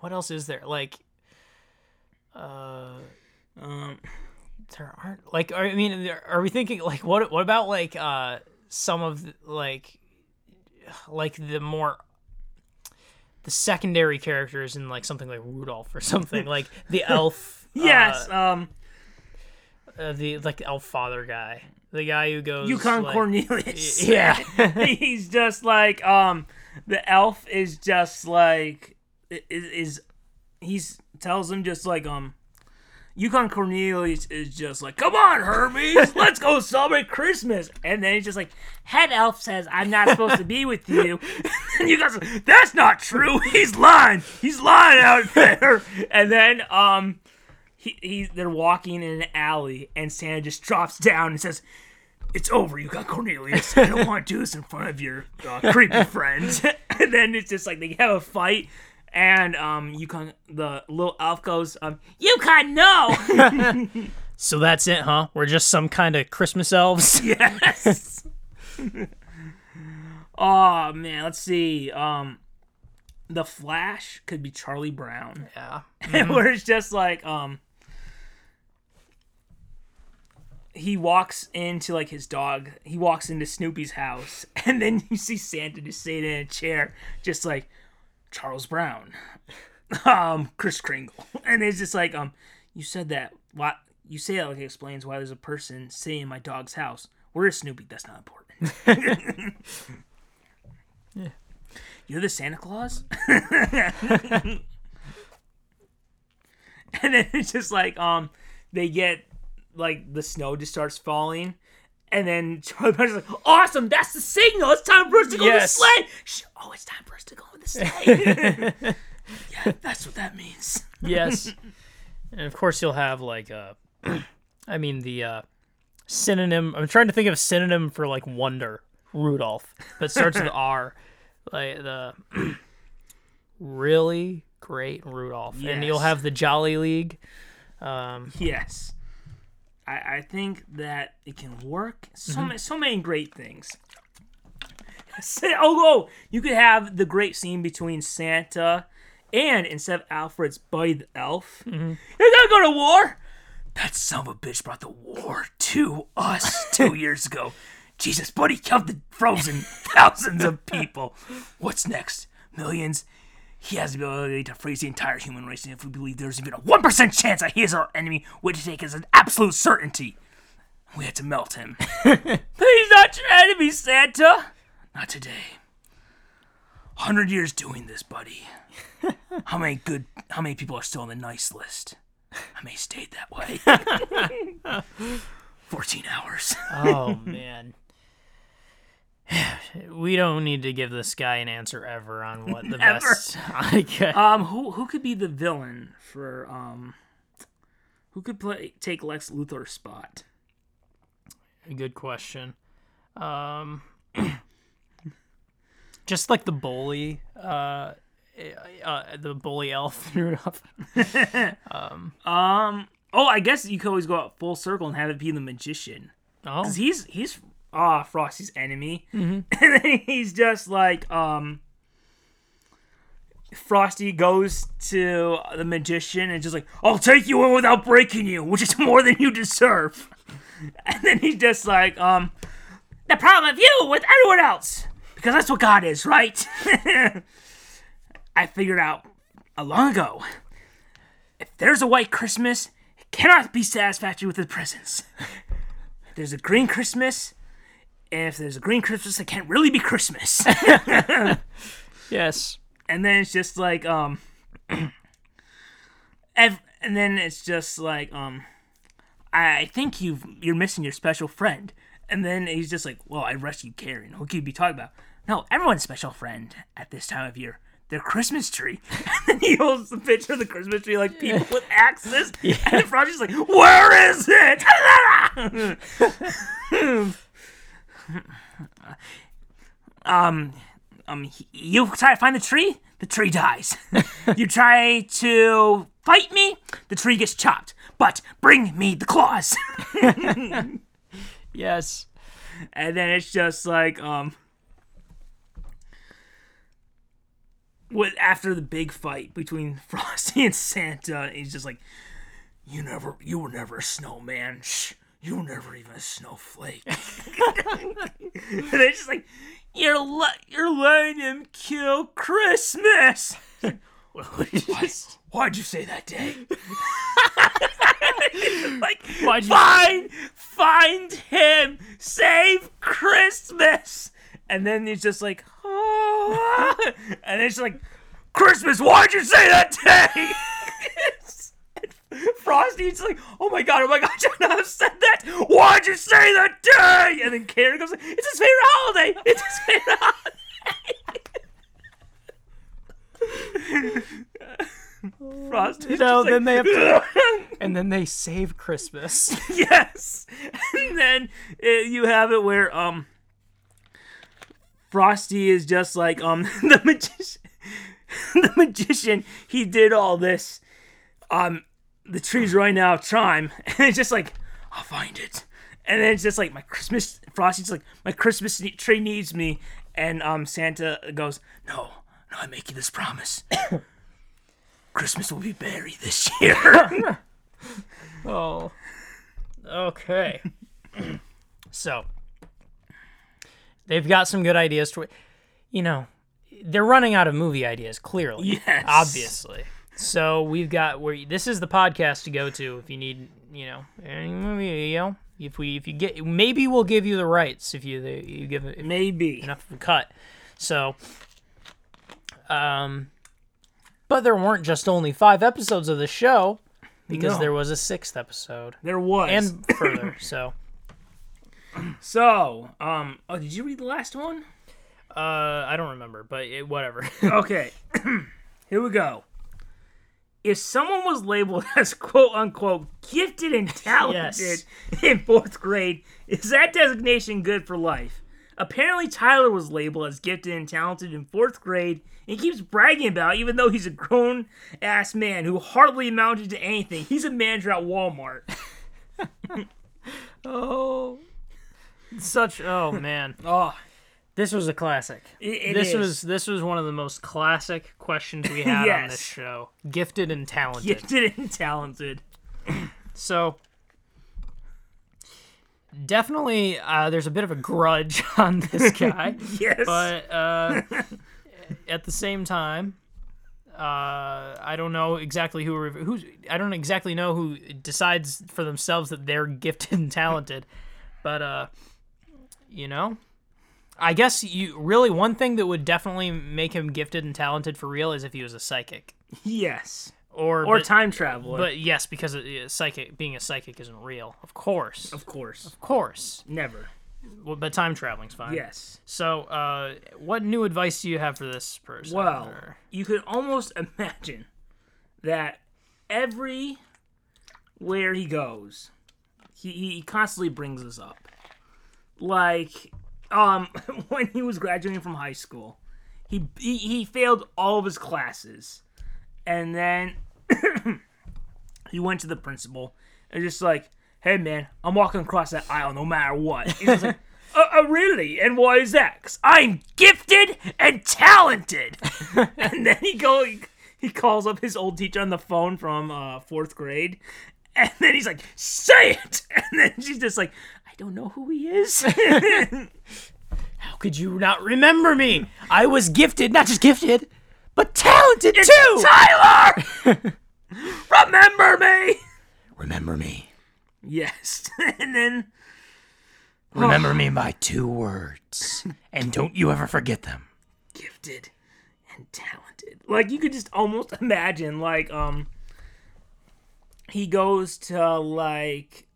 Speaker 1: what else is there? Like, uh.
Speaker 2: Um,
Speaker 1: there aren't like I mean there- are we thinking like what what about like uh some of the, like like the more the secondary characters in like something like Rudolph or something like the elf
Speaker 2: yes,
Speaker 1: uh,
Speaker 2: um,
Speaker 1: uh, the like the elf father guy the guy who goes
Speaker 2: Yukon
Speaker 1: like,
Speaker 2: Cornelius.
Speaker 1: yeah
Speaker 2: he's just like um, the elf is just like is, is he's tells him just like um Yukon Cornelius is just like, come on, Hermes, let's go celebrate Christmas. And then he's just like, head elf says, I'm not supposed to be with you. and you guys, are, that's not true. He's lying. He's lying out there. And then, um, he, he, they're walking in an alley, and Santa just drops down and says, it's over. You got Cornelius. I don't want to do this in front of your uh, creepy friends. and then it's just like they have a fight, and um, Yukon, the little elf goes, um, Yukon, no.
Speaker 1: so that's it huh we're just some kind of Christmas elves
Speaker 2: yes. oh man, let's see. Um, the Flash could be Charlie Brown,
Speaker 1: Yeah.
Speaker 2: where it's just like um, he walks into like his dog. He walks into Snoopy's house, and then you see Santa just sitting in a chair, just like Charles Brown, um, Chris Kringle, and it's just like um, you said that why you say that like it explains why there's a person sitting in my dog's house. Where is Snoopy? That's not important. You're the Santa Claus? and then it's just like um they get like the snow just starts falling and then Charlie Brown's like, awesome, that's the signal. It's time for us to go
Speaker 1: Yes.
Speaker 2: on the sleigh. Shh, oh, it's time for us to go on the sleigh. yeah, that's what that means.
Speaker 1: yes. And of course you'll have like uh I mean the uh synonym I'm trying to think of a synonym for like wonder, Rudolph, that starts with R. Like the really great Rudolph. And you'll
Speaker 2: Yes.
Speaker 1: have the Jolly League.
Speaker 2: Yes. I, I think that it can work. So, ma- so many great things. Sa- Oh, oh, you could have the great scene between Santa and instead of Alfred's buddy the elf. You're gonna go to war? That son of a bitch brought the war to us two years ago. Jesus, buddy, killed the frozen thousands of people. What's next? Millions? He has the ability to freeze the entire human race, and if we believe there's even a 1% chance that he is our enemy, which we take as an absolute certainty, we had to melt him. but he's not your enemy, Santa! Not today. 100 years doing this, buddy. How many good, how many people are still on the nice list? I may stayed that way. 14 hours.
Speaker 1: Oh man. We don't need to give this guy an answer ever on what the
Speaker 2: Ever.
Speaker 1: best. I guess.
Speaker 2: Um, who who could be the villain for um, who could play take Lex Luthor's spot?
Speaker 1: Good question. Um, just like the bully, uh, uh, the bully elf in Rudolph.
Speaker 2: Um. Oh, I guess you could always go out full circle and have it be the magician.
Speaker 1: Oh,
Speaker 2: 'Cause he's he's ah Frosty's enemy, and then he's just like um. Frosty goes to the magician and just like, "I'll take you in without breaking you, which is more than you deserve." And then he's just like, um, "The problem of you with everyone else, because that's what God is, right?" I figured out a long ago. If there's a white Christmas, it cannot be satisfactory with the presents there's a green Christmas, and if there's a green Christmas, it can't really be Christmas.
Speaker 1: yes.
Speaker 2: and then it's just like um, ev- and then it's just like um, I think you you're missing your special friend. And then he's just like, well, I rescued Karen. Who could you be talking about? No, everyone's special friend at this time of year. Their Christmas tree. And then he holds the picture of the Christmas tree like people with axes. And then Frosty's like, where is it? um, um, you try to find the tree, the tree dies. you try to fight me, the tree gets chopped. But bring me the claws.
Speaker 1: Yes.
Speaker 2: and then it's just like um with after the big fight between Frosty and Santa, he's just like you never you were never a snowman. Shh, you were never even a snowflake. and they're just like you're le- you're letting him kill Christmas. what? Why'd you say that day? like,
Speaker 1: Why'd you-
Speaker 2: find, find him, save Christmas. And then he's just like, oh, and it's like, Christmas, why'd you say that day? And Frosty's like, oh my god, oh my god, John I've said that. Why'd you say that day? And then Karen goes, it's his favorite holiday. It's his favorite holiday. Frosty.
Speaker 1: No, then they have to-
Speaker 2: to
Speaker 1: And then they save Christmas.
Speaker 2: yes. And then uh, you have it where um Frosty is just like um the magician the magician he did all this um the tree's right now time and it's just like I'll find it. And then it's just like my Christmas Frosty's like my Christmas ne- tree needs me and um Santa goes, "No, Now I make you this promise. Christmas will be Barry this year.
Speaker 1: Oh. Okay. so they've got some good ideas to you know, they're running out of movie ideas clearly.
Speaker 2: Yes.
Speaker 1: Obviously. So we've got where this is the podcast to go to if you need, you know, any movie, you know, if we if you get maybe we'll give you the rights if you you give it
Speaker 2: Maybe.
Speaker 1: enough of a cut. So, um, but there weren't just only five episodes of the show because
Speaker 2: No.
Speaker 1: there was a sixth episode
Speaker 2: There was.
Speaker 1: and further. So,
Speaker 2: so, um, oh, did you read the last one?
Speaker 1: uh, I don't remember, but it, whatever.
Speaker 2: Okay. Here we go. If someone was labeled as quote unquote gifted and talented in fourth grade, is that designation good for life? Apparently, Tyler was labeled as gifted and talented in fourth grade and keeps bragging about it, even though he's a grown ass man who hardly amounted to anything. He's a manager at Walmart.
Speaker 1: oh, such oh man,
Speaker 2: Oh,
Speaker 1: this was a classic.
Speaker 2: it, it
Speaker 1: this
Speaker 2: is.
Speaker 1: was this was one of the most classic questions we had on
Speaker 2: Yes.
Speaker 1: this show. Gifted and talented.
Speaker 2: gifted and talented.
Speaker 1: So definitely uh, there's a bit of a grudge on this guy,
Speaker 2: Yes.
Speaker 1: but uh, at the same time, uh, I don't know exactly who rev- who's I don't exactly know who decides for themselves that they're gifted and talented, but uh, you know. I guess you really one thing that would definitely make him gifted and talented for real is if he was a psychic
Speaker 2: yes.
Speaker 1: or
Speaker 2: Or
Speaker 1: but-
Speaker 2: time traveler.
Speaker 1: but yes, because it- it- psychic being a psychic isn't real, of course, of
Speaker 2: of course.
Speaker 1: course.
Speaker 2: Never.
Speaker 1: Well, But time traveling's fine.
Speaker 2: Yes.
Speaker 1: So, uh, what new advice do you have for this person?
Speaker 2: Well,
Speaker 1: Or-
Speaker 2: you could almost imagine that every where he goes, he, he constantly brings this up. Like, um, when he was graduating from high school, he he, he failed all of his classes, and then he went to the principal and just like, "Hey, man, I'm walking across that aisle no matter what." He's just like. Uh, uh, really? And why is that? Because I'm gifted and talented. and then he go he calls up his old teacher on the phone from uh, fourth grade, and then he's like, "Say it!" And then she's just like, "I don't know who he is."
Speaker 1: how could you not remember me? I was gifted, not just gifted, but talented too.
Speaker 2: Tyler, remember me?
Speaker 1: remember me.
Speaker 2: Yes. and then
Speaker 1: Remember me by two words, and don't you ever forget them.
Speaker 2: gifted and talented. Like you could just almost imagine, like um, he goes to like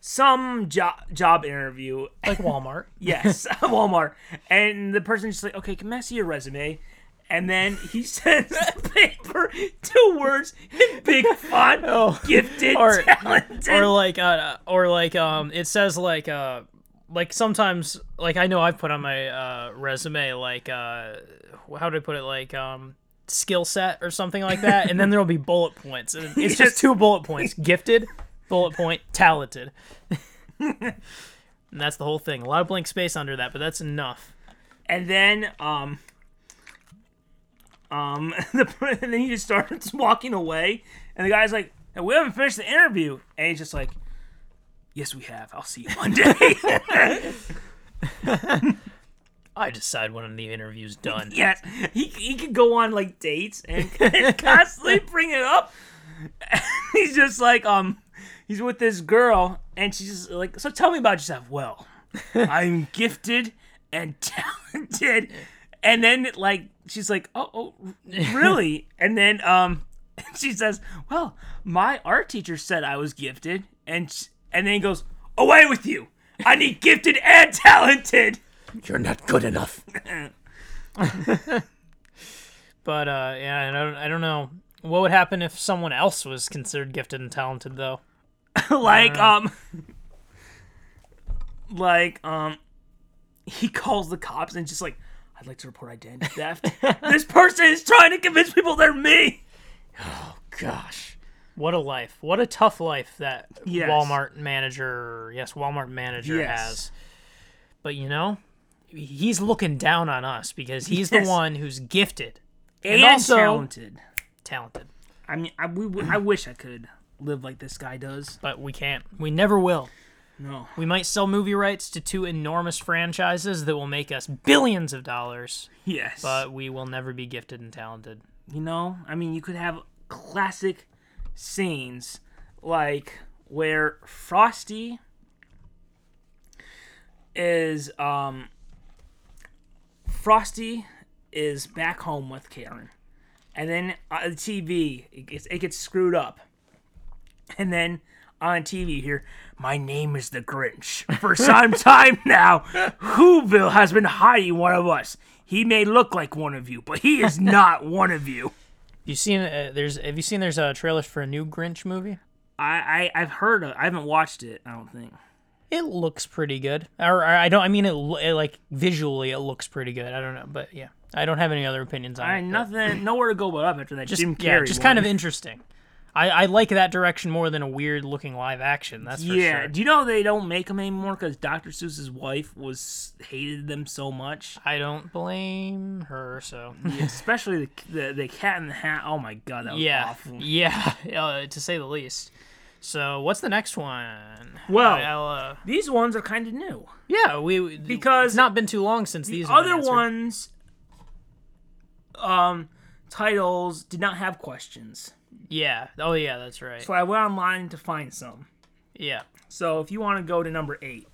Speaker 2: some job job interview
Speaker 1: Like Walmart.
Speaker 2: Yes, Walmart. And the person's just like, okay, can I see your resume? And then he sends the paper two words in big font,
Speaker 1: Oh.
Speaker 2: gifted,
Speaker 1: Or-
Speaker 2: talented.
Speaker 1: or like uh, or like um it says like uh like sometimes like I know I've put on my uh resume like uh how do I put it like um skill set or something like that and then there'll be bullet points and it's just two bullet points gifted bullet point talented and that's the whole thing a lot of blank space under that but that's enough
Speaker 2: and then, um, um, the, and then he just starts walking away. And the guy's like, "Hey, we haven't finished the interview. And he's just like, yes, we have. I'll see you Monday.
Speaker 1: I decide when the interview's done
Speaker 2: Yes, he, he could go on like dates and, and constantly bring it up. he's just like um, he's with this girl and she's just like, so tell me about yourself. Well, I'm gifted and talented, and then like she's like, oh, oh really? and then um, she says, well, my art teacher said I was gifted, and sh- and then he goes, away with you. I need gifted and talented.
Speaker 3: You're not good enough.
Speaker 1: but uh yeah I don't I don't know what would happen if someone else was considered gifted and talented though
Speaker 2: like um like um he calls the cops and just like i'd like to report identity theft this person is trying to convince people they're me
Speaker 3: Gosh.
Speaker 1: What a life. What a tough life that
Speaker 2: Yes.
Speaker 1: Walmart manager, yes, Walmart manager
Speaker 2: Yes.
Speaker 1: has. But you know, he's looking down on us because he's
Speaker 2: Yes.
Speaker 1: the one who's gifted,
Speaker 2: and,
Speaker 1: also-
Speaker 2: talented.
Speaker 1: talented,
Speaker 2: I mean, I, we, I wish I could live like this guy does.
Speaker 1: but we can't. We never will.
Speaker 2: No,
Speaker 1: We might sell movie rights to two enormous franchises that will make us billions of dollars,
Speaker 2: yes,
Speaker 1: but we will never be gifted and talented.
Speaker 2: you know, I mean, you could have classic scenes like where Frosty is um Frosty is back home with Karen. And then on the TV, it gets, it gets screwed up. And then on TV, you hear, My name is the Grinch. For some time now, Whoville has been hiding one of us. He may look like one of you, but he is not one of you.
Speaker 1: You seen uh, there's have you seen there's a trailer for a new Grinch movie?
Speaker 2: I, I I've heard of, I haven't watched it. I don't think.
Speaker 1: It looks pretty good. Or, or I don't. I mean, it, lo- it like visually it looks pretty good. I don't know, but yeah, I don't have any other opinions on
Speaker 2: I
Speaker 1: it. but
Speaker 2: nothing, nowhere to go but up after that.
Speaker 1: Just
Speaker 2: Jim Carrey.
Speaker 1: yeah, just kind of
Speaker 2: one.
Speaker 1: interesting. I, I like that direction more than a weird looking live action. That's for
Speaker 2: yeah.
Speaker 1: sure.
Speaker 2: Do you know they don't make them anymore because Dr. Seuss's wife was hated them so much,
Speaker 1: I don't blame her. So
Speaker 2: especially the, the the Cat in the Hat. Oh my god, that was
Speaker 1: yeah,
Speaker 2: awful.
Speaker 1: yeah, uh, to say the least. So what's the next one?
Speaker 2: Well-
Speaker 1: I'll, uh,
Speaker 2: These ones are kind of new.
Speaker 1: yeah, we- we
Speaker 2: Because
Speaker 1: it's not been too long since these have been
Speaker 2: Other
Speaker 1: answered.
Speaker 2: ones, um, titles did not have questions,
Speaker 1: Yeah. Oh yeah, that's right.
Speaker 2: so I went online to find some.
Speaker 1: Yeah.
Speaker 2: So if you want to go to number eight,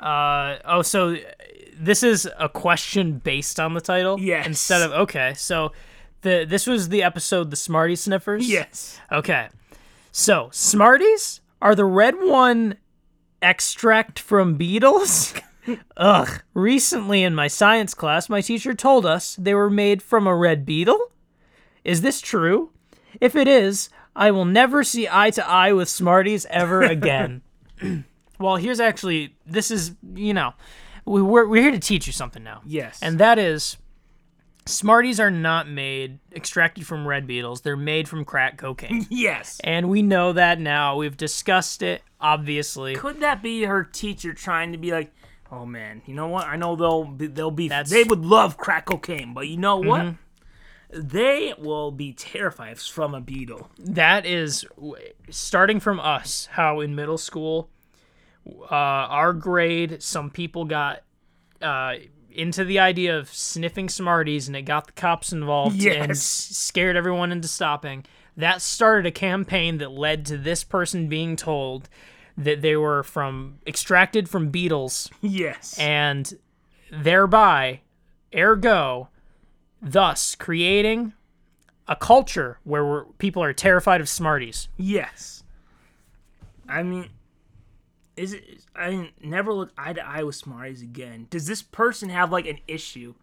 Speaker 1: Uh, oh, so uh, this is a question based on the title.
Speaker 2: Yes.
Speaker 1: Instead of okay, so the this was the episode the Smarty Sniffers.
Speaker 2: yes,
Speaker 1: Okay. So Smarties are the red one extract from beetles. Ugh. Recently in my science class, my teacher told us they were made from a red beetle. Is this true? If it is, I will never see eye to eye with Smarties ever again. well, here's actually this is you know we we're, we're here to teach you something now.
Speaker 2: yes,
Speaker 1: And that is Smarties are not made extracted from red beetles. They're made from crack cocaine.
Speaker 2: yes.
Speaker 1: and we know that now. We've discussed it, obviously.
Speaker 2: Could that be her teacher trying to be like, "Oh man, you know what? I know they'll be, they'll be
Speaker 1: That's-
Speaker 2: they would love crack cocaine, but you know what? They will be terrified from a beetle."
Speaker 1: That is w- starting from us, how in middle school, uh, our grade, some people got uh, into the idea of sniffing Smarties and it got the cops involved and s-
Speaker 2: Yes.
Speaker 1: scared everyone into stopping. That started a campaign that led to this person being told that they were from extracted from beetles
Speaker 2: Yes.
Speaker 1: and thereby, ergo, thus creating a culture where we're, people are terrified of Smarties.
Speaker 2: yes. I mean, is it? I mean, never look eye to eye with Smarties again. Does this person have like an issue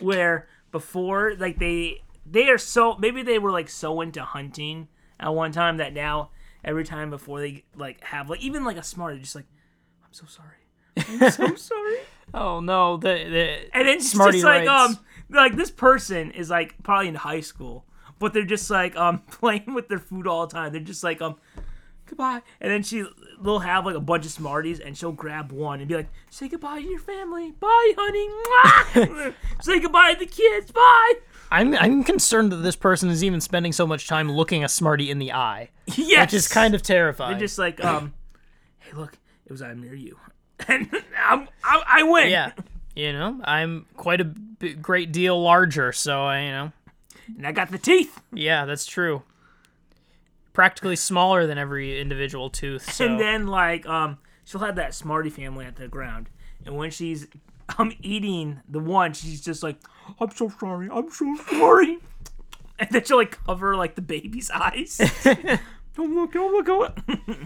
Speaker 2: where before like they they are so maybe they were like so into hunting at one time that now every time before they like have like even like a Smartie just like I'm so sorry. I'm so sorry.
Speaker 1: Oh no! The, the
Speaker 2: And it's
Speaker 1: Smartie
Speaker 2: just like
Speaker 1: rights.
Speaker 2: um like this person is like probably in high school, but they're just like um playing with their food all the time. They're just like um goodbye. And then she they'll have like a bunch of Smarties and she'll grab one and be like, Say goodbye to your family. Bye, honey. Mwah!" Say goodbye to the kids. Bye.
Speaker 1: I'm I'm concerned that this person is even spending so much time looking a Smartie in the eye,
Speaker 2: Yes.
Speaker 1: which is kind of terrifying.
Speaker 2: just like um Hey look, it was I'm near you. And I'm, I, I win.
Speaker 1: yeah, you know, I'm quite a b- great deal larger, so I you know,
Speaker 2: And I got the teeth.
Speaker 1: yeah, that's true. Practically smaller than every individual tooth. So
Speaker 2: And then like um she'll have that Smarty family at the ground. And when she's um eating the one, she's just like, I'm so sorry, I'm so sorry. And then she'll like cover like the baby's eyes. don't look, don't look, don't look.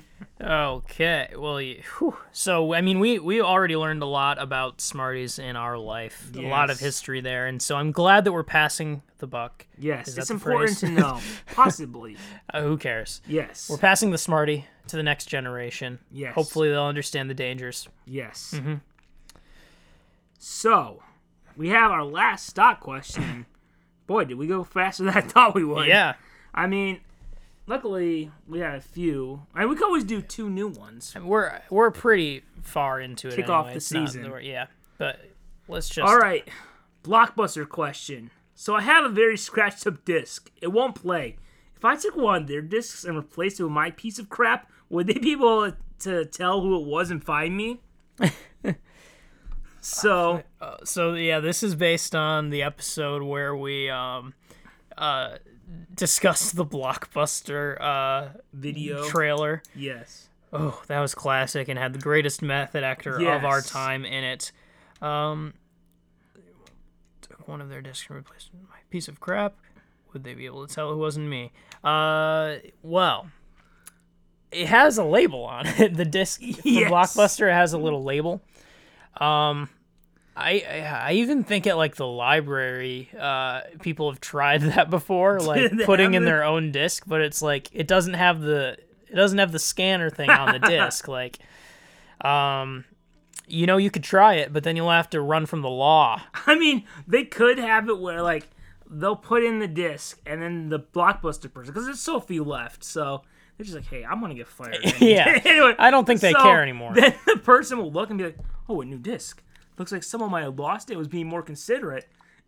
Speaker 1: Okay. Well, you, whew. so I mean, we we already learned a lot about Smarties in our life, a lot of
Speaker 2: Yes.
Speaker 1: history there, and so I'm glad that we're passing the buck.
Speaker 2: Yes,
Speaker 1: that
Speaker 2: it's
Speaker 1: the
Speaker 2: important
Speaker 1: phrase?
Speaker 2: to know. Possibly.
Speaker 1: Uh, who cares?
Speaker 2: Yes.
Speaker 1: We're passing the Smartie to the next generation.
Speaker 2: Yes.
Speaker 1: Hopefully, Mm-hmm. they'll understand the dangers.
Speaker 2: Yes. So, we have our last stock question. Boy, did we go faster than I thought we would.
Speaker 1: yeah.
Speaker 2: I mean, luckily we had a few. I mean, we could always do two new ones.
Speaker 1: We're we're pretty far into it.
Speaker 2: Kick
Speaker 1: anyway.
Speaker 2: off the
Speaker 1: It's not
Speaker 2: season.
Speaker 1: yeah. But Let's just.
Speaker 2: All right, blockbuster question. So I have a very scratched up disc. It won't play. If I took one of their discs and replaced it with my piece of crap, would they be able to tell who it was and find me? so
Speaker 1: So yeah, this is based on the episode where we um, uh, discussed the blockbuster uh,
Speaker 2: video.
Speaker 1: trailer.
Speaker 2: yes.
Speaker 1: Oh, that was classic and had the greatest method actor of our
Speaker 2: Yes.
Speaker 1: time in it. Um, took one of their discs and replaced it with my piece of crap. Would they be able to tell it wasn't me? Uh, well, it has a label on it. The disc for
Speaker 2: Yes.
Speaker 1: Blockbuster has a little label. Um, I, I I even think at like the library, uh, people have tried that before, like
Speaker 2: they
Speaker 1: putting in
Speaker 2: haven't?
Speaker 1: their own disc, but it's like it doesn't have the it doesn't have the scanner thing on the disc. Like, um, you know, you could try it, but then you'll have to run from the law.
Speaker 2: I mean, they could have it where like they'll put in the disc and then the blockbuster person because there's so few left. So they're just like, hey, I'm gonna get fired.
Speaker 1: Yeah.
Speaker 2: anyway,
Speaker 1: I don't think they care anymore.
Speaker 2: Then the person will look and be like, oh, a new disc. Looks like someone might have lost it. Was being more considerate.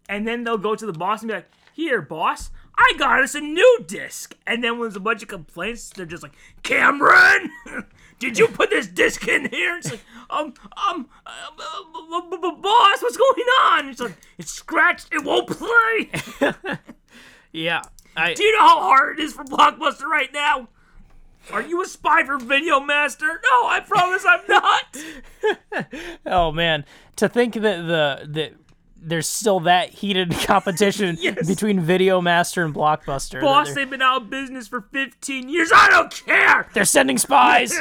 Speaker 2: And then they'll go to the boss and be like, here, boss. I got us a new disc, and then when there's a bunch of complaints, they're just like, "Cameron, did you put this disc in here?" It's like, um, um, uh, b- b- b- boss, what's going on? It's like, it's scratched, it won't play.
Speaker 1: Yeah, I
Speaker 2: Do you know how hard it is for Blockbuster right now? Are you a spy for Video Master? No, I promise I'm not.
Speaker 1: oh man, to think that the that there's still that heated competition
Speaker 2: Yes.
Speaker 1: between Video Master and Blockbuster. that
Speaker 2: Boss,
Speaker 1: they're,
Speaker 2: they've been out of business for 15 years. I don't care.
Speaker 1: they're sending spies.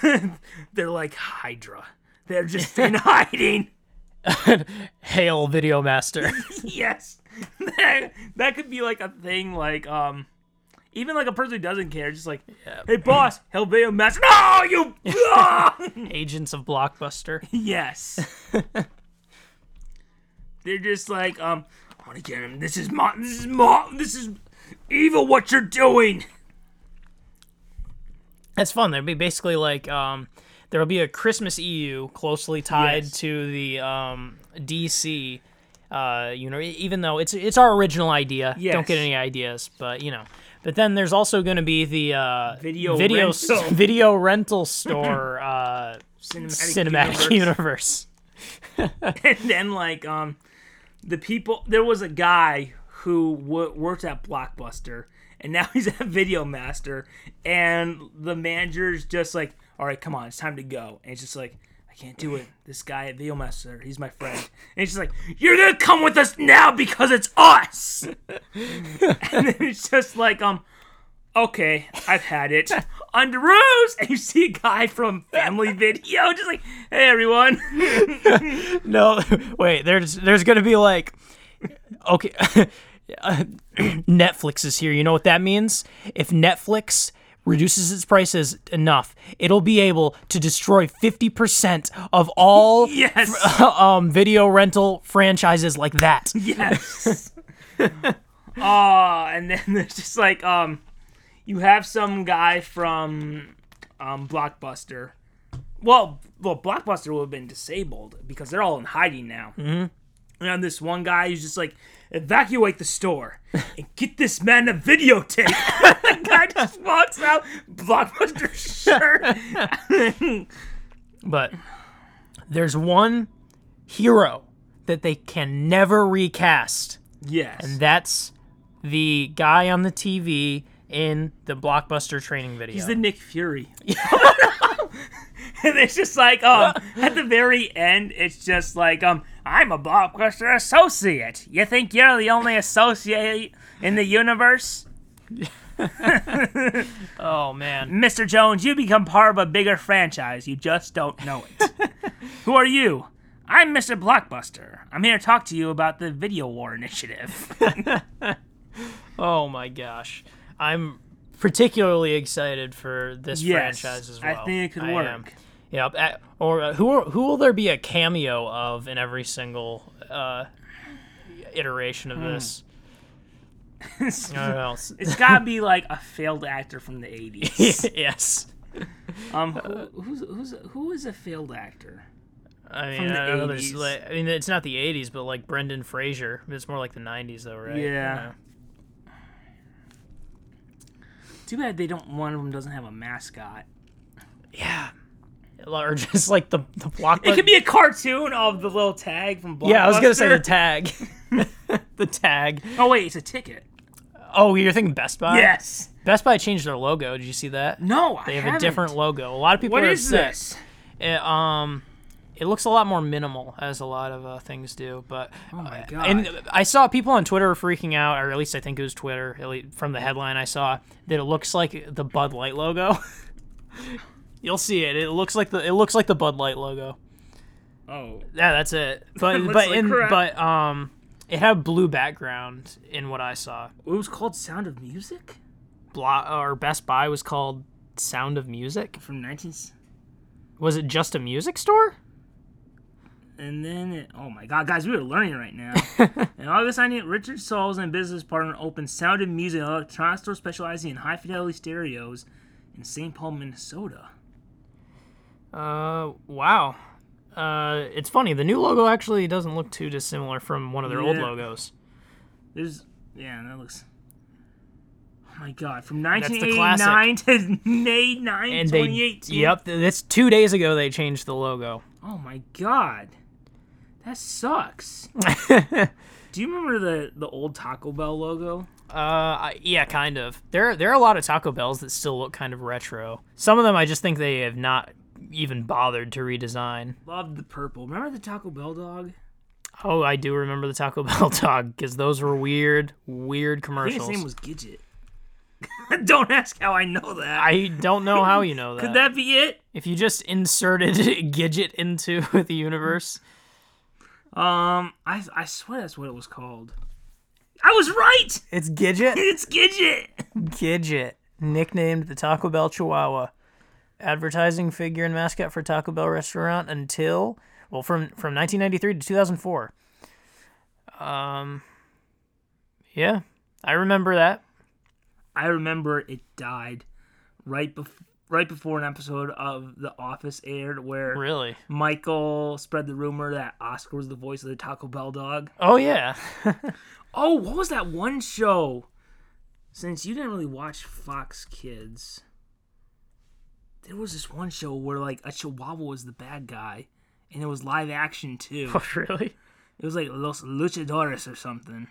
Speaker 2: They're like Hydra. They're just in hiding.
Speaker 1: Hail Video Master.
Speaker 2: yes that, that could be like a thing like um even like a person who doesn't care just like hey boss Helvetia master no you Ah!
Speaker 1: Agents of Blockbuster.
Speaker 2: yes they're just like um i want to get him this is my this is my this is evil what you're doing
Speaker 1: That's fun. There'd be basically like um, there'll be a Christmas EU closely tied
Speaker 2: Yes.
Speaker 1: to the um, DC. Uh, you know, e- even though it's it's our original idea. Don't
Speaker 2: Yes.
Speaker 1: get any ideas, but you know. But then there's also going to be the uh,
Speaker 2: Video
Speaker 1: video s-
Speaker 2: rental.
Speaker 1: video rental store uh,
Speaker 2: cinematic,
Speaker 1: cinematic
Speaker 2: universe.
Speaker 1: universe.
Speaker 2: and then like um the people there was a guy who w- worked at blockbuster and now he's at video master and the manager's just like all right come on it's time to go and it's just like i can't do it this guy at video master he's my friend and he's just like you're gonna come with us now because it's us and then it's just like um okay, I've had it. Under Rose, and you see a guy from Family Video, just like, hey everyone,
Speaker 1: No, wait. There's there's gonna be like, okay, uh, Netflix is here. You know what that means? If Netflix reduces its prices enough, it'll be able to destroy fifty percent of all
Speaker 2: yes.
Speaker 1: um, video rental franchises like that.
Speaker 2: Yes. Ah, and then there's just like um, you have some guy from um Blockbuster. Well, well, Blockbuster would have been disabled because they're all in hiding now. Mm-hmm. And this one guy who's just like, evacuate the store and get this man a videotape. the guy just walks out, Blockbuster shirt.
Speaker 1: But there's one hero that they can never recast.
Speaker 2: yes.
Speaker 1: That's the guy on the TV in the blockbuster training video.
Speaker 2: He's the Nick Fury. and it's just like, um, at the very end, it's just like, um, I'm a blockbuster associate. You think you're the only associate in the universe?
Speaker 1: oh man.
Speaker 2: Mr. Jones, you become part of a bigger franchise. You just don't know it. Who are you? I'm Mr. Blockbuster. I'm here to talk to you about the Video War Initiative.
Speaker 1: Oh my gosh. I'm particularly excited for this
Speaker 2: Yes,
Speaker 1: franchise as
Speaker 2: I
Speaker 1: well.
Speaker 2: think it could
Speaker 1: I am.
Speaker 2: work.
Speaker 1: Yep. Uh, Or uh, who are, who will there be a cameo of in every single uh, iteration
Speaker 2: Hmm.
Speaker 1: of this? I don't know.
Speaker 2: it's gotta be like a failed actor from the 80s.
Speaker 1: yes.
Speaker 2: Um, who, who's, who's, who is a failed actor?
Speaker 1: I mean,
Speaker 2: From the
Speaker 1: I, don't know, there's
Speaker 2: 80s.
Speaker 1: like, I mean, it's not the '80s, but like Brendan Fraser, it's more like the '90s, though, right?
Speaker 2: Yeah. Too bad they don't. One of them doesn't have a mascot.
Speaker 1: yeah, yeah. Or just like the the blockbuster.
Speaker 2: It could be a cartoon of the little tag from Blockbuster.
Speaker 1: yeah, I was gonna say the tag, the tag.
Speaker 2: oh wait, it's a ticket.
Speaker 1: Oh, you're thinking Best Buy?
Speaker 2: yes.
Speaker 1: Best Buy changed their logo. Did you see that?
Speaker 2: No,
Speaker 1: They
Speaker 2: I
Speaker 1: have
Speaker 2: haven't.
Speaker 1: a different logo. A lot of people
Speaker 2: What
Speaker 1: are
Speaker 2: is
Speaker 1: upset.
Speaker 2: this?
Speaker 1: It, um, it looks a lot more minimal, as a lot of uh, things do. But
Speaker 2: Oh my god.
Speaker 1: and I saw people on Twitter freaking out, or at least I think it was Twitter. At least from the headline I saw, that it looks like the Bud Light logo. You'll see it. It looks like the it looks like the Bud Light logo.
Speaker 2: oh,
Speaker 1: Yeah, that's it. But
Speaker 2: It looks
Speaker 1: but
Speaker 2: like
Speaker 1: in
Speaker 2: crap.
Speaker 1: but um, it had a blue background in what I saw.
Speaker 2: it was called Sound of Music
Speaker 1: Blo- or Best Buy was called Sound of Music.
Speaker 2: from 19-
Speaker 1: Was it just a music store?
Speaker 2: And then, it, oh my God, guys, we are learning right now. in August 19th, Richard Sauls and business partner opened Sound of Music, an electronics store specializing in high fidelity stereos in St. Paul, Minnesota.
Speaker 1: Uh, wow. Uh, it's funny. The new logo actually doesn't look too dissimilar from one of their old
Speaker 2: Yeah.
Speaker 1: logos.
Speaker 2: There's, yeah, that looks. Oh my God, from
Speaker 1: the
Speaker 2: 1989 to May 9,
Speaker 1: And they,
Speaker 2: 2018.
Speaker 1: yep, th- that's two days ago they changed the logo.
Speaker 2: Oh my God, that sucks.
Speaker 1: uh,
Speaker 2: Do you remember the the old Taco Bell logo?
Speaker 1: Uh, I- yeah, kind of. There, there are a lot of Taco Bells that still look kind of retro. Some of them I just think they have not even bothered to redesign.
Speaker 2: Loved the purple. Remember the Taco Bell dog?
Speaker 1: Oh, I do remember the Taco Bell dog because those were weird, weird
Speaker 2: I think
Speaker 1: commercials.
Speaker 2: his name was Gidget. Don't ask how I know that.
Speaker 1: I don't know how you know that.
Speaker 2: Could that be it?
Speaker 1: If you just inserted Gidget into the universe,
Speaker 2: Um, I I swear that's what it was called. I was right.
Speaker 1: it's Gidget.
Speaker 2: It's Gidget.
Speaker 1: Gidget, nicknamed the Taco Bell Chihuahua, advertising figure and mascot for Taco Bell restaurant until well from from 1993 to 2004. Um, yeah, I remember that.
Speaker 2: I remember it died right before right before an episode of The Office aired where
Speaker 1: Really?
Speaker 2: Michael spread the rumor that Oscar was the voice of the Taco Bell dog.
Speaker 1: Oh yeah.
Speaker 2: Oh, what was that one show? Since you didn't really watch Fox Kids, there was this one show where like a Chihuahua was the bad guy, and it was live action too.
Speaker 1: really?
Speaker 2: It was like Los Luchadores or something.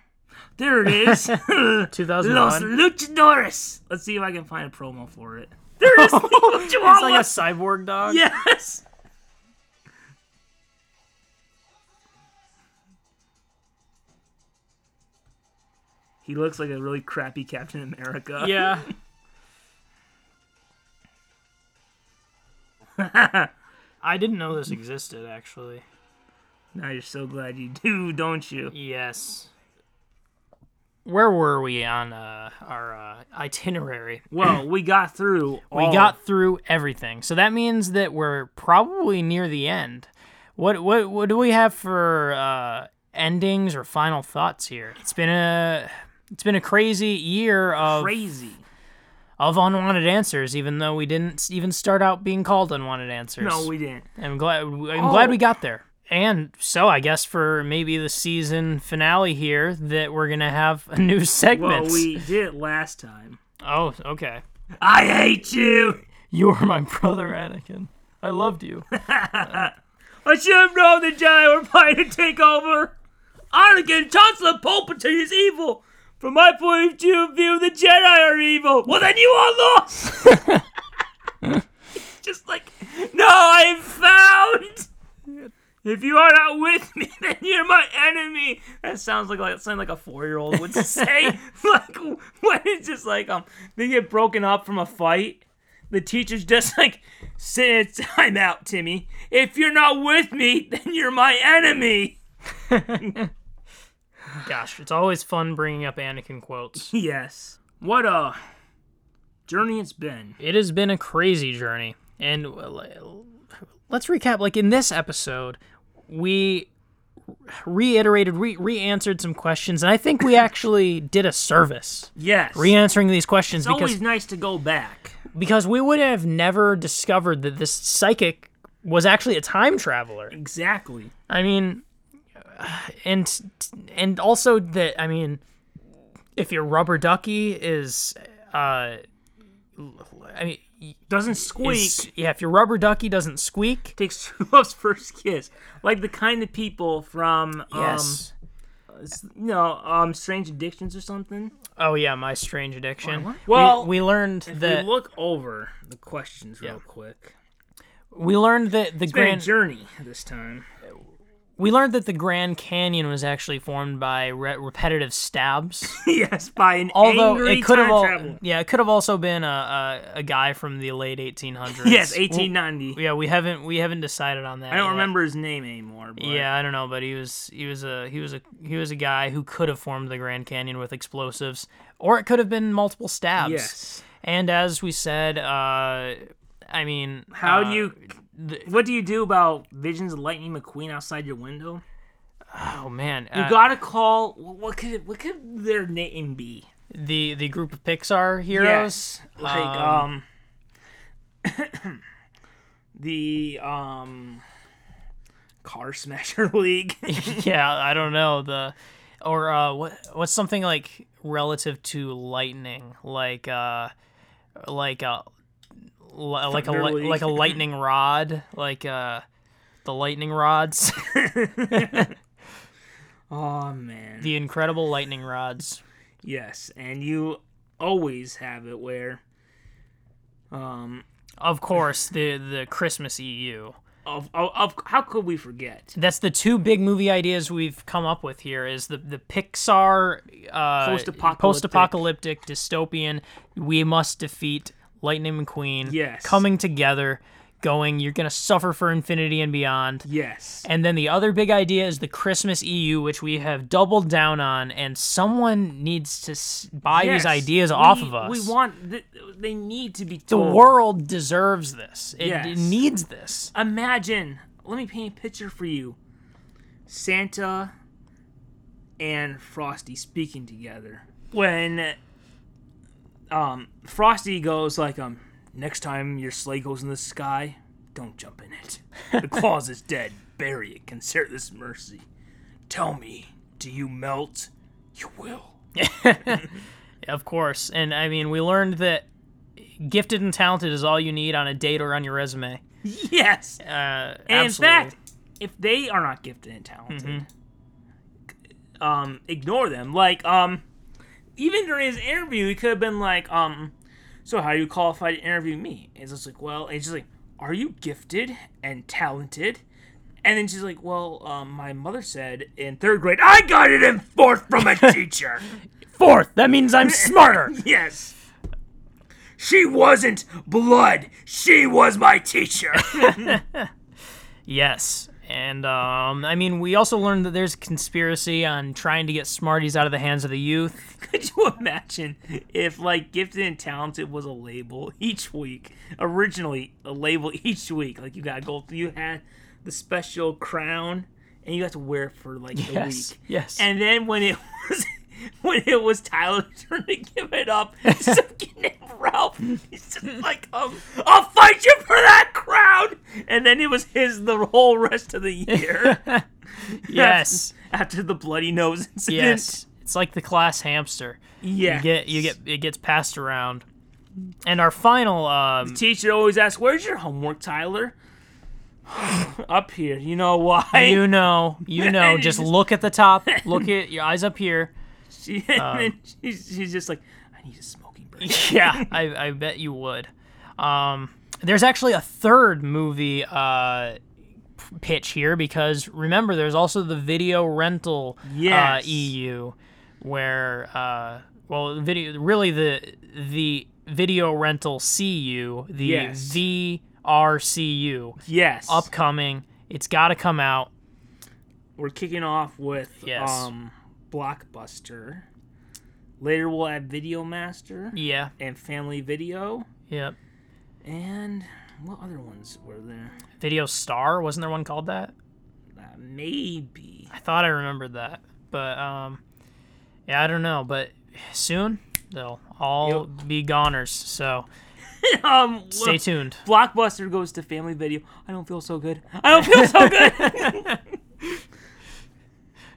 Speaker 2: There it is. Los
Speaker 1: 2001.
Speaker 2: Luchadores. Let's see if I can find a promo for it. There it is. the
Speaker 1: It's like
Speaker 2: Chihuahua.
Speaker 1: a cyborg dog.
Speaker 2: yes. He looks like a really crappy Captain America.
Speaker 1: Yeah. I didn't know this existed actually.
Speaker 2: Now you're so glad you do, don't you?
Speaker 1: Yes. Where were we on uh, our uh, itinerary?
Speaker 2: Well, we got through.
Speaker 1: We
Speaker 2: all-
Speaker 1: got through everything, so that means that we're probably near the end. What what what do we have for uh, endings or final thoughts here? It's been a it's been a crazy year of
Speaker 2: crazy.
Speaker 1: of unwanted answers, even though we didn't s- even start out being called unwanted answers.
Speaker 2: No, we didn't.
Speaker 1: I'm glad. I'm
Speaker 2: Oh.
Speaker 1: glad we got there. And so I guess for maybe the season finale here that we're gonna have a new
Speaker 2: Well,
Speaker 1: segment.
Speaker 2: we did it last time.
Speaker 1: Oh, okay.
Speaker 2: I hate you.
Speaker 1: You were my brother, Anakin. I loved you.
Speaker 2: I should have known the Jedi were planning to take over. Anakin, Chancellor Palpatine is evil. From my point of view, view, the Jedi are evil. Well, then you are lost. It's Just like, no, I'm found. If you are not with me, then you're my enemy. That sounds like that sounds like a four year old would say. like when it's just like um, they get broken up from a fight. The teacher's just like, sit time out, Timmy. If you're not with me, then you're my enemy.
Speaker 1: Gosh, it's always fun bringing up Anakin quotes.
Speaker 2: Yes. What a journey it's been.
Speaker 1: It has been a crazy journey, and well, let's recap. Like in this episode, we reiterated, re- re-answered some questions, and I think we actually did a service
Speaker 2: Yes.
Speaker 1: re-answering these questions
Speaker 2: it's
Speaker 1: because
Speaker 2: always nice to go back.
Speaker 1: because we would have never discovered that this psychic was actually a time traveler.
Speaker 2: Exactly.
Speaker 1: I mean, uh, and and also that I mean, if your rubber ducky is, uh, I mean,
Speaker 2: Doesn't squeak.
Speaker 1: is- yeah, if your rubber ducky doesn't squeak,
Speaker 2: takes True Love's first kiss. Like the kind of people from, um,
Speaker 1: yes.
Speaker 2: you know, um, Strange Addictions or something.
Speaker 1: oh yeah, my strange addiction.
Speaker 2: What?
Speaker 1: We-
Speaker 2: Well,
Speaker 1: we, learned
Speaker 2: If
Speaker 1: that
Speaker 2: we look over the questions real quick.
Speaker 1: we learned that the
Speaker 2: Been a
Speaker 1: grand
Speaker 2: journey this time.
Speaker 1: we learned that the Grand Canyon was actually formed by re- repetitive stabs.
Speaker 2: yes, by an
Speaker 1: Although
Speaker 2: angry
Speaker 1: it could have
Speaker 2: time
Speaker 1: all,
Speaker 2: traveler.
Speaker 1: yeah, it could have also been a, a a guy from the late 1800s.
Speaker 2: Yes,
Speaker 1: Well,
Speaker 2: 1890.
Speaker 1: yeah, we haven't we haven't decided on that.
Speaker 2: I don't
Speaker 1: yet.
Speaker 2: remember his name anymore. But
Speaker 1: Yeah, I don't know, but he was he was a he was a he was a guy who could have formed the Grand Canyon with explosives, or it could have been multiple stabs.
Speaker 2: Yes.
Speaker 1: And as we said, uh, I mean,
Speaker 2: How
Speaker 1: uh,
Speaker 2: do you? what do you do about visions of Lightning McQueen outside your window?
Speaker 1: Oh man,
Speaker 2: You
Speaker 1: uh,
Speaker 2: gotta call. What could it, what could their name be?
Speaker 1: the the group of Pixar heroes.
Speaker 2: Like um,
Speaker 1: um,
Speaker 2: the um, Car Smasher League.
Speaker 1: yeah, I don't know the, or uh, what what's something like relative to lightning, like uh, like a li- like a
Speaker 2: Thunder
Speaker 1: li-
Speaker 2: League.
Speaker 1: like a lightning rod, like uh, the lightning rods,
Speaker 2: oh man.
Speaker 1: the incredible lightning rods.
Speaker 2: Yes, and you always have it where, um,
Speaker 1: Of course, the the Christmas E EU.
Speaker 2: of, of, of how could we forget?
Speaker 1: That's the two big movie ideas we've come up with here is the the Pixar uh,
Speaker 2: Post-apocalyptic.
Speaker 1: post-apocalyptic dystopian we must defeat Lightning McQueen
Speaker 2: Yes.
Speaker 1: coming together going you're going to suffer for infinity and beyond.
Speaker 2: Yes.
Speaker 1: And then the other big idea is the Christmas EU which we have doubled down on and someone needs to s- buy
Speaker 2: Yes,
Speaker 1: these ideas
Speaker 2: we-
Speaker 1: off of us.
Speaker 2: We want. th- They need to be
Speaker 1: the
Speaker 2: told.
Speaker 1: world deserves this. It,
Speaker 2: Yes.
Speaker 1: it needs this.
Speaker 2: Imagine. Let me paint a picture for you. Santa and Frosty speaking together. When um Frosty goes like um next time your sleigh goes in the sky, don't jump in it. The claws is dead. Bury it. Consider this mercy. Tell me, do you melt? You will.
Speaker 1: Of course. And I mean, we learned that gifted and talented is all you need on a date or on your resume.
Speaker 2: Yes.
Speaker 1: Uh, and
Speaker 2: And in fact, if they are not gifted and talented, um, ignore them. Like, um, even during his interview, he could have been like, um, so how are you qualified to interview me? And it's just like, well, it's just like, are you gifted and talented? And then she's like, well, um, my mother said in third grade, I got it in fourth from a teacher.
Speaker 1: fourth, that means I'm smarter.
Speaker 2: yes. She wasn't blood. She was my teacher.
Speaker 1: yes. And um, I mean, we also learned that there's a conspiracy on trying to get Smarties out of the hands of the youth.
Speaker 2: Could you imagine if like gifted and talented was a label each week? Originally, a label each week. Like you got gold, you had the special crown, and you got to wear it for like a
Speaker 1: Yes,
Speaker 2: week.
Speaker 1: yes.
Speaker 2: And then when it was when it was Tyler's turn to give it up, some kid named Ralph. He's just like, um, I'll fight you for that crown. And then it was his the whole rest of the year.
Speaker 1: Yes.
Speaker 2: After the bloody nose incident.
Speaker 1: yes. It's like the class hamster.
Speaker 2: Yeah.
Speaker 1: You get, you get, it gets passed around. And our final, um,
Speaker 2: teacher always asks, "Where's your homework, Tyler?" Up here. You know why?
Speaker 1: you know, you know,
Speaker 2: You
Speaker 1: just
Speaker 2: just-
Speaker 1: look at the top, look at your eyes up here.
Speaker 2: she, and
Speaker 1: uh,
Speaker 2: then she's, she's just like, "I need a smoking break."
Speaker 1: yeah, I, I bet you would. Um, there's actually a third movie uh, p- pitch here because remember, there's also the video rental
Speaker 2: Yes.
Speaker 1: uh, EU, where uh, well, the video really the the video rental CU, the
Speaker 2: Yes.
Speaker 1: VRCU,
Speaker 2: Yes. Up.
Speaker 1: upcoming. It's got to come out.
Speaker 2: We're kicking off with
Speaker 1: Yes.
Speaker 2: um, Blockbuster. Later we'll add Video Master
Speaker 1: Yeah,
Speaker 2: and Family Video
Speaker 1: yep.
Speaker 2: and what other ones were there?
Speaker 1: Video Star wasn't there one called that?
Speaker 2: Uh, maybe.
Speaker 1: I thought I remembered that, but um, yeah, I don't know. But soon they'll all be goners. So
Speaker 2: um,
Speaker 1: Stay tuned.
Speaker 2: Blockbuster goes to Family Video. I don't feel so good. I don't feel so good.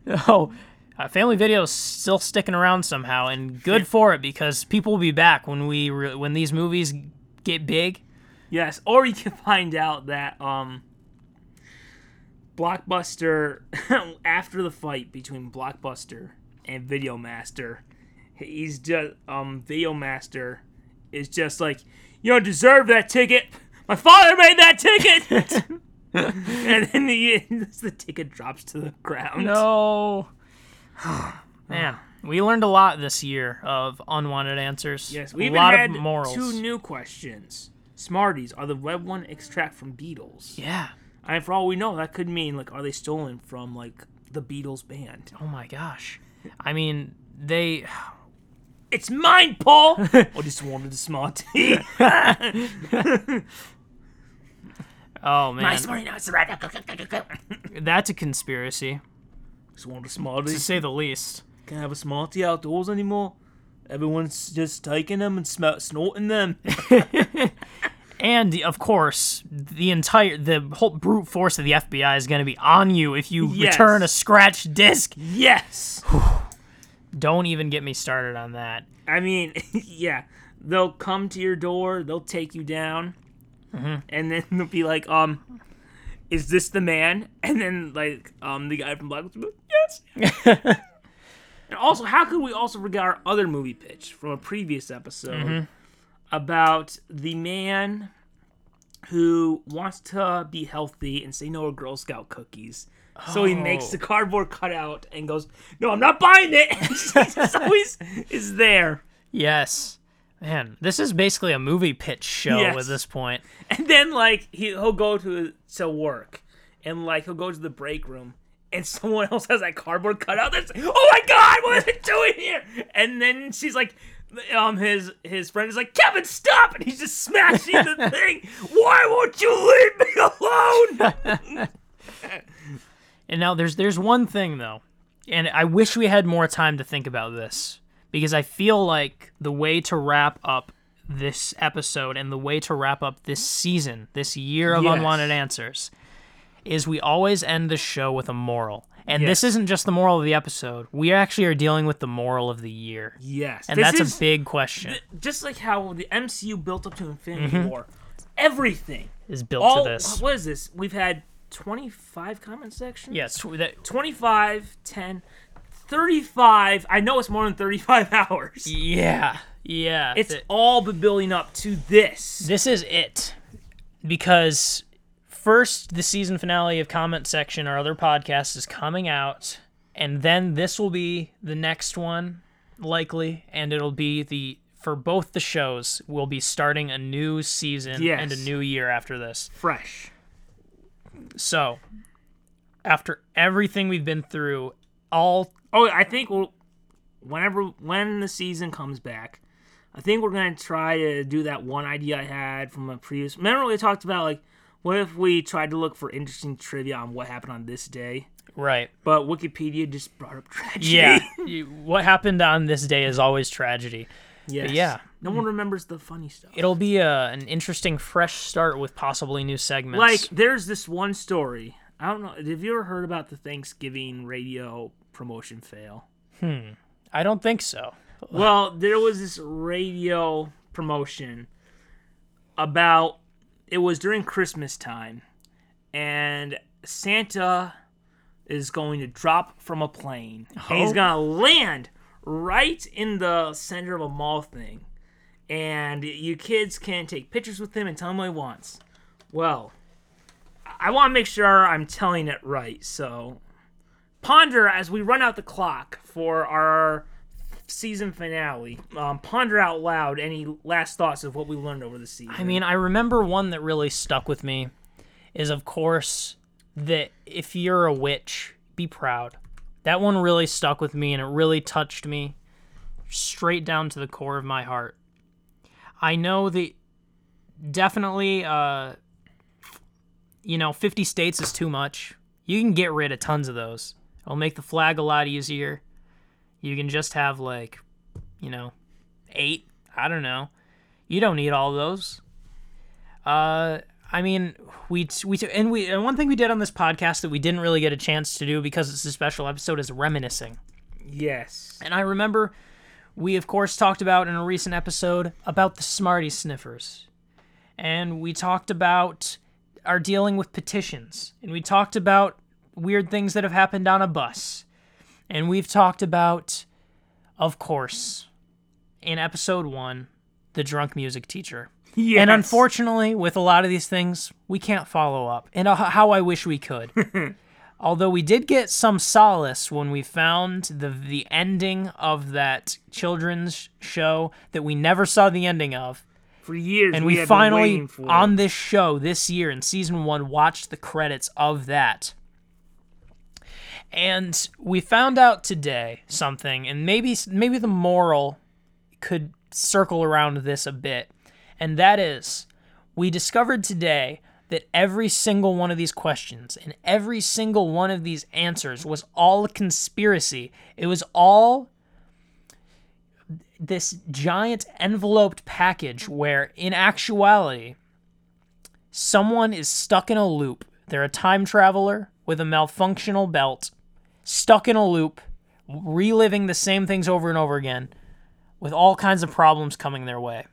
Speaker 1: Oh, uh, Family Video is still sticking around somehow, and good for it because people will be back when we re- when these movies get big.
Speaker 2: yes, or you can find out that um, Blockbuster after the fight between Blockbuster and Video Master, he's just um Video Master is just like you don't deserve that ticket. My father made that ticket. and then the, the ticket drops to the ground.
Speaker 1: No, man, we learned a lot this year of unwanted answers.
Speaker 2: Yes,
Speaker 1: a
Speaker 2: we even
Speaker 1: lot
Speaker 2: had
Speaker 1: of morals.
Speaker 2: two new questions. Smarties, are the red one extract from Beatles?
Speaker 1: yeah.
Speaker 2: And for all we know, that could mean like, are they stolen from like the Beatles band?
Speaker 1: Oh my gosh. I mean, they.
Speaker 2: It's mine, Paul. I just wanted a Smartie.
Speaker 1: Oh man,
Speaker 2: My Smartie, now it's a red.
Speaker 1: that's a conspiracy
Speaker 2: just wanted a Smartie.
Speaker 1: to say the least.
Speaker 2: Can't have a Smartie outdoors anymore. Everyone's just taking them and sm- snorting them.
Speaker 1: And of course, the entire the whole brute force of the FBI is going to be on you if you
Speaker 2: Yes.
Speaker 1: return a scratch disc.
Speaker 2: yes.
Speaker 1: Don't even get me started on that.
Speaker 2: I mean, yeah, they'll come to your door, they'll take you down, and then they'll be like, um, is this the man? And then like, um, the guy from Black Ops will be like, yes. and also, how could we also forget our other movie pitch from a previous episode about the man who wants to be healthy and say no to Girl Scout cookies? So he makes
Speaker 1: Oh.
Speaker 2: the cardboard cutout and goes, "No, I'm not buying it." It's always is there.
Speaker 1: Yes. Man, this is basically a movie pitch show
Speaker 2: Yes.
Speaker 1: at this point.
Speaker 2: And then like he he'll go to to work, and like he'll go to the break room, and someone else has that cardboard cutout. That's oh my god, what is it doing here? And then she's like, um, his his friend is like, Kevin, stop! And he's just smashing the thing. Why won't you leave me alone?
Speaker 1: And now there's there's one thing though, and I wish we had more time to think about this because I feel like the way to wrap up this episode and the way to wrap up this season, this year of
Speaker 2: Yes.
Speaker 1: unwanted answers is we always end the show with a moral. And this isn't just the moral of the episode. We actually are dealing with the moral of the year.
Speaker 2: Yes,
Speaker 1: And
Speaker 2: this
Speaker 1: that's
Speaker 2: is
Speaker 1: a big question
Speaker 2: just like how the MCU built up to Infinity War. Everything.
Speaker 1: is built
Speaker 2: All
Speaker 1: Mm-hmm. to this.
Speaker 2: what is this? We've had twenty five comment sections.
Speaker 1: Yes, tw- that,
Speaker 2: 25, 10, 35. I know it's more than 35 hours.
Speaker 1: yeah. Yeah.
Speaker 2: It's
Speaker 1: th-
Speaker 2: all been building up to this.
Speaker 1: this is it because first the season finale of comment section our other podcast is coming out and then this will be the next one likely and it'll be the for both the shows we'll be starting a new season
Speaker 2: Yes.
Speaker 1: and a new year after this
Speaker 2: Fresh.
Speaker 1: so after everything we've been through all
Speaker 2: Oh, I think we'll, whenever when the season comes back, I think we're gonna try to do that one idea I had from a previous. Remember we talked about like, what if we tried to look for interesting trivia on what happened on this day,
Speaker 1: right
Speaker 2: but Wikipedia just brought up tragedy.
Speaker 1: yeah You- what happened on this day is always tragedy
Speaker 2: yes.
Speaker 1: yeah.
Speaker 2: No one remembers the funny stuff.
Speaker 1: it'll be a, an interesting fresh start with possibly new segments
Speaker 2: Like, there's this one story. I don't know. Have you ever heard about the Thanksgiving radio promotion fail?
Speaker 1: i don't think so
Speaker 2: Well, there was this radio promotion about it was during Christmas time, and Santa is going to drop from a plane. And he's
Speaker 1: Oh.
Speaker 2: gonna land right in the center of a mall thing, and you kids can take pictures with him and tell him what he wants. Well, I want to make sure I'm telling it right, so ponder as we run out the clock for our season finale. Um, ponder out loud any last thoughts of what we learned over the season.
Speaker 1: I mean, I remember one that really stuck with me is, of course, that if you're a witch, be proud. That one really stuck with me and it really touched me straight down to the core of my heart. I know that definitely, uh, you know, 50 states is too much. You can get rid of tons of those. It'll make the flag a lot easier. You can just have, like, you know, eight. I don't know You don't need all those. Uh, I mean, we we and we and one thing we did on this podcast that we didn't really get a chance to do because it's a special episode is reminiscing.
Speaker 2: Yes.
Speaker 1: And I remember we, of course, talked about in a recent episode about the Smarty Sniffers. And we talked about our dealing with petitions. And we talked about weird things that have happened on a bus. And we've talked about, of course, in episode one, the drunk music teacher.
Speaker 2: yes.
Speaker 1: And unfortunately, with a lot of these things, we can't follow up. And uh, how I wish we could. Although we did get some solace when we found the the ending of that children's show that we never saw the ending of,
Speaker 2: for years,
Speaker 1: and
Speaker 2: we,
Speaker 1: we,
Speaker 2: had been
Speaker 1: finally
Speaker 2: waiting for it.
Speaker 1: on this show this year in season 1 watched the credits of that. And we found out today something and maybe maybe the moral could circle around this a bit. And that is, we discovered today that every single one of these questions and every single one of these answers was all a conspiracy. It was all this giant enveloped package where, in actuality, someone is stuck in a loop. They're a time traveler with a malfunctional belt, stuck in a loop, reliving the same things over and over again with all kinds of problems coming their way.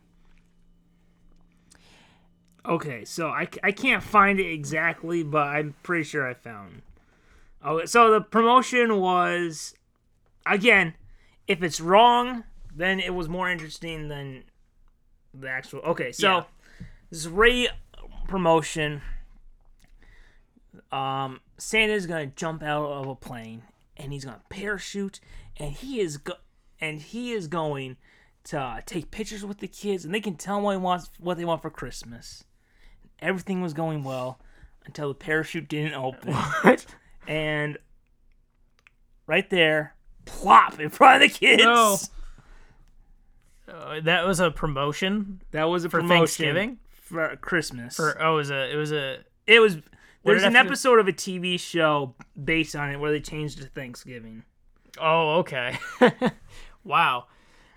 Speaker 2: Okay, so I, I can't find it exactly, but I'm pretty sure I found. Oh, so the promotion was, again, if it's wrong, then it was more interesting than the actual. Okay, so
Speaker 1: Yeah.
Speaker 2: this Ray promotion. Um, Santa's gonna jump out of a plane and he's gonna parachute and he is go- and he is going to uh, take pictures with the kids and they can tell him what he wants what they want for Christmas everything was going well until the parachute didn't open. And right there, plop in front of the kids.
Speaker 1: No. Uh, that was a promotion
Speaker 2: That was a
Speaker 1: for
Speaker 2: promotion
Speaker 1: Thanksgiving.
Speaker 2: for Christmas.
Speaker 1: Or oh, it was a it was a
Speaker 2: it was there's
Speaker 1: did it
Speaker 2: an
Speaker 1: have to do-
Speaker 2: episode of a TV show based on it where they changed it to Thanksgiving.
Speaker 1: oh okay, wow,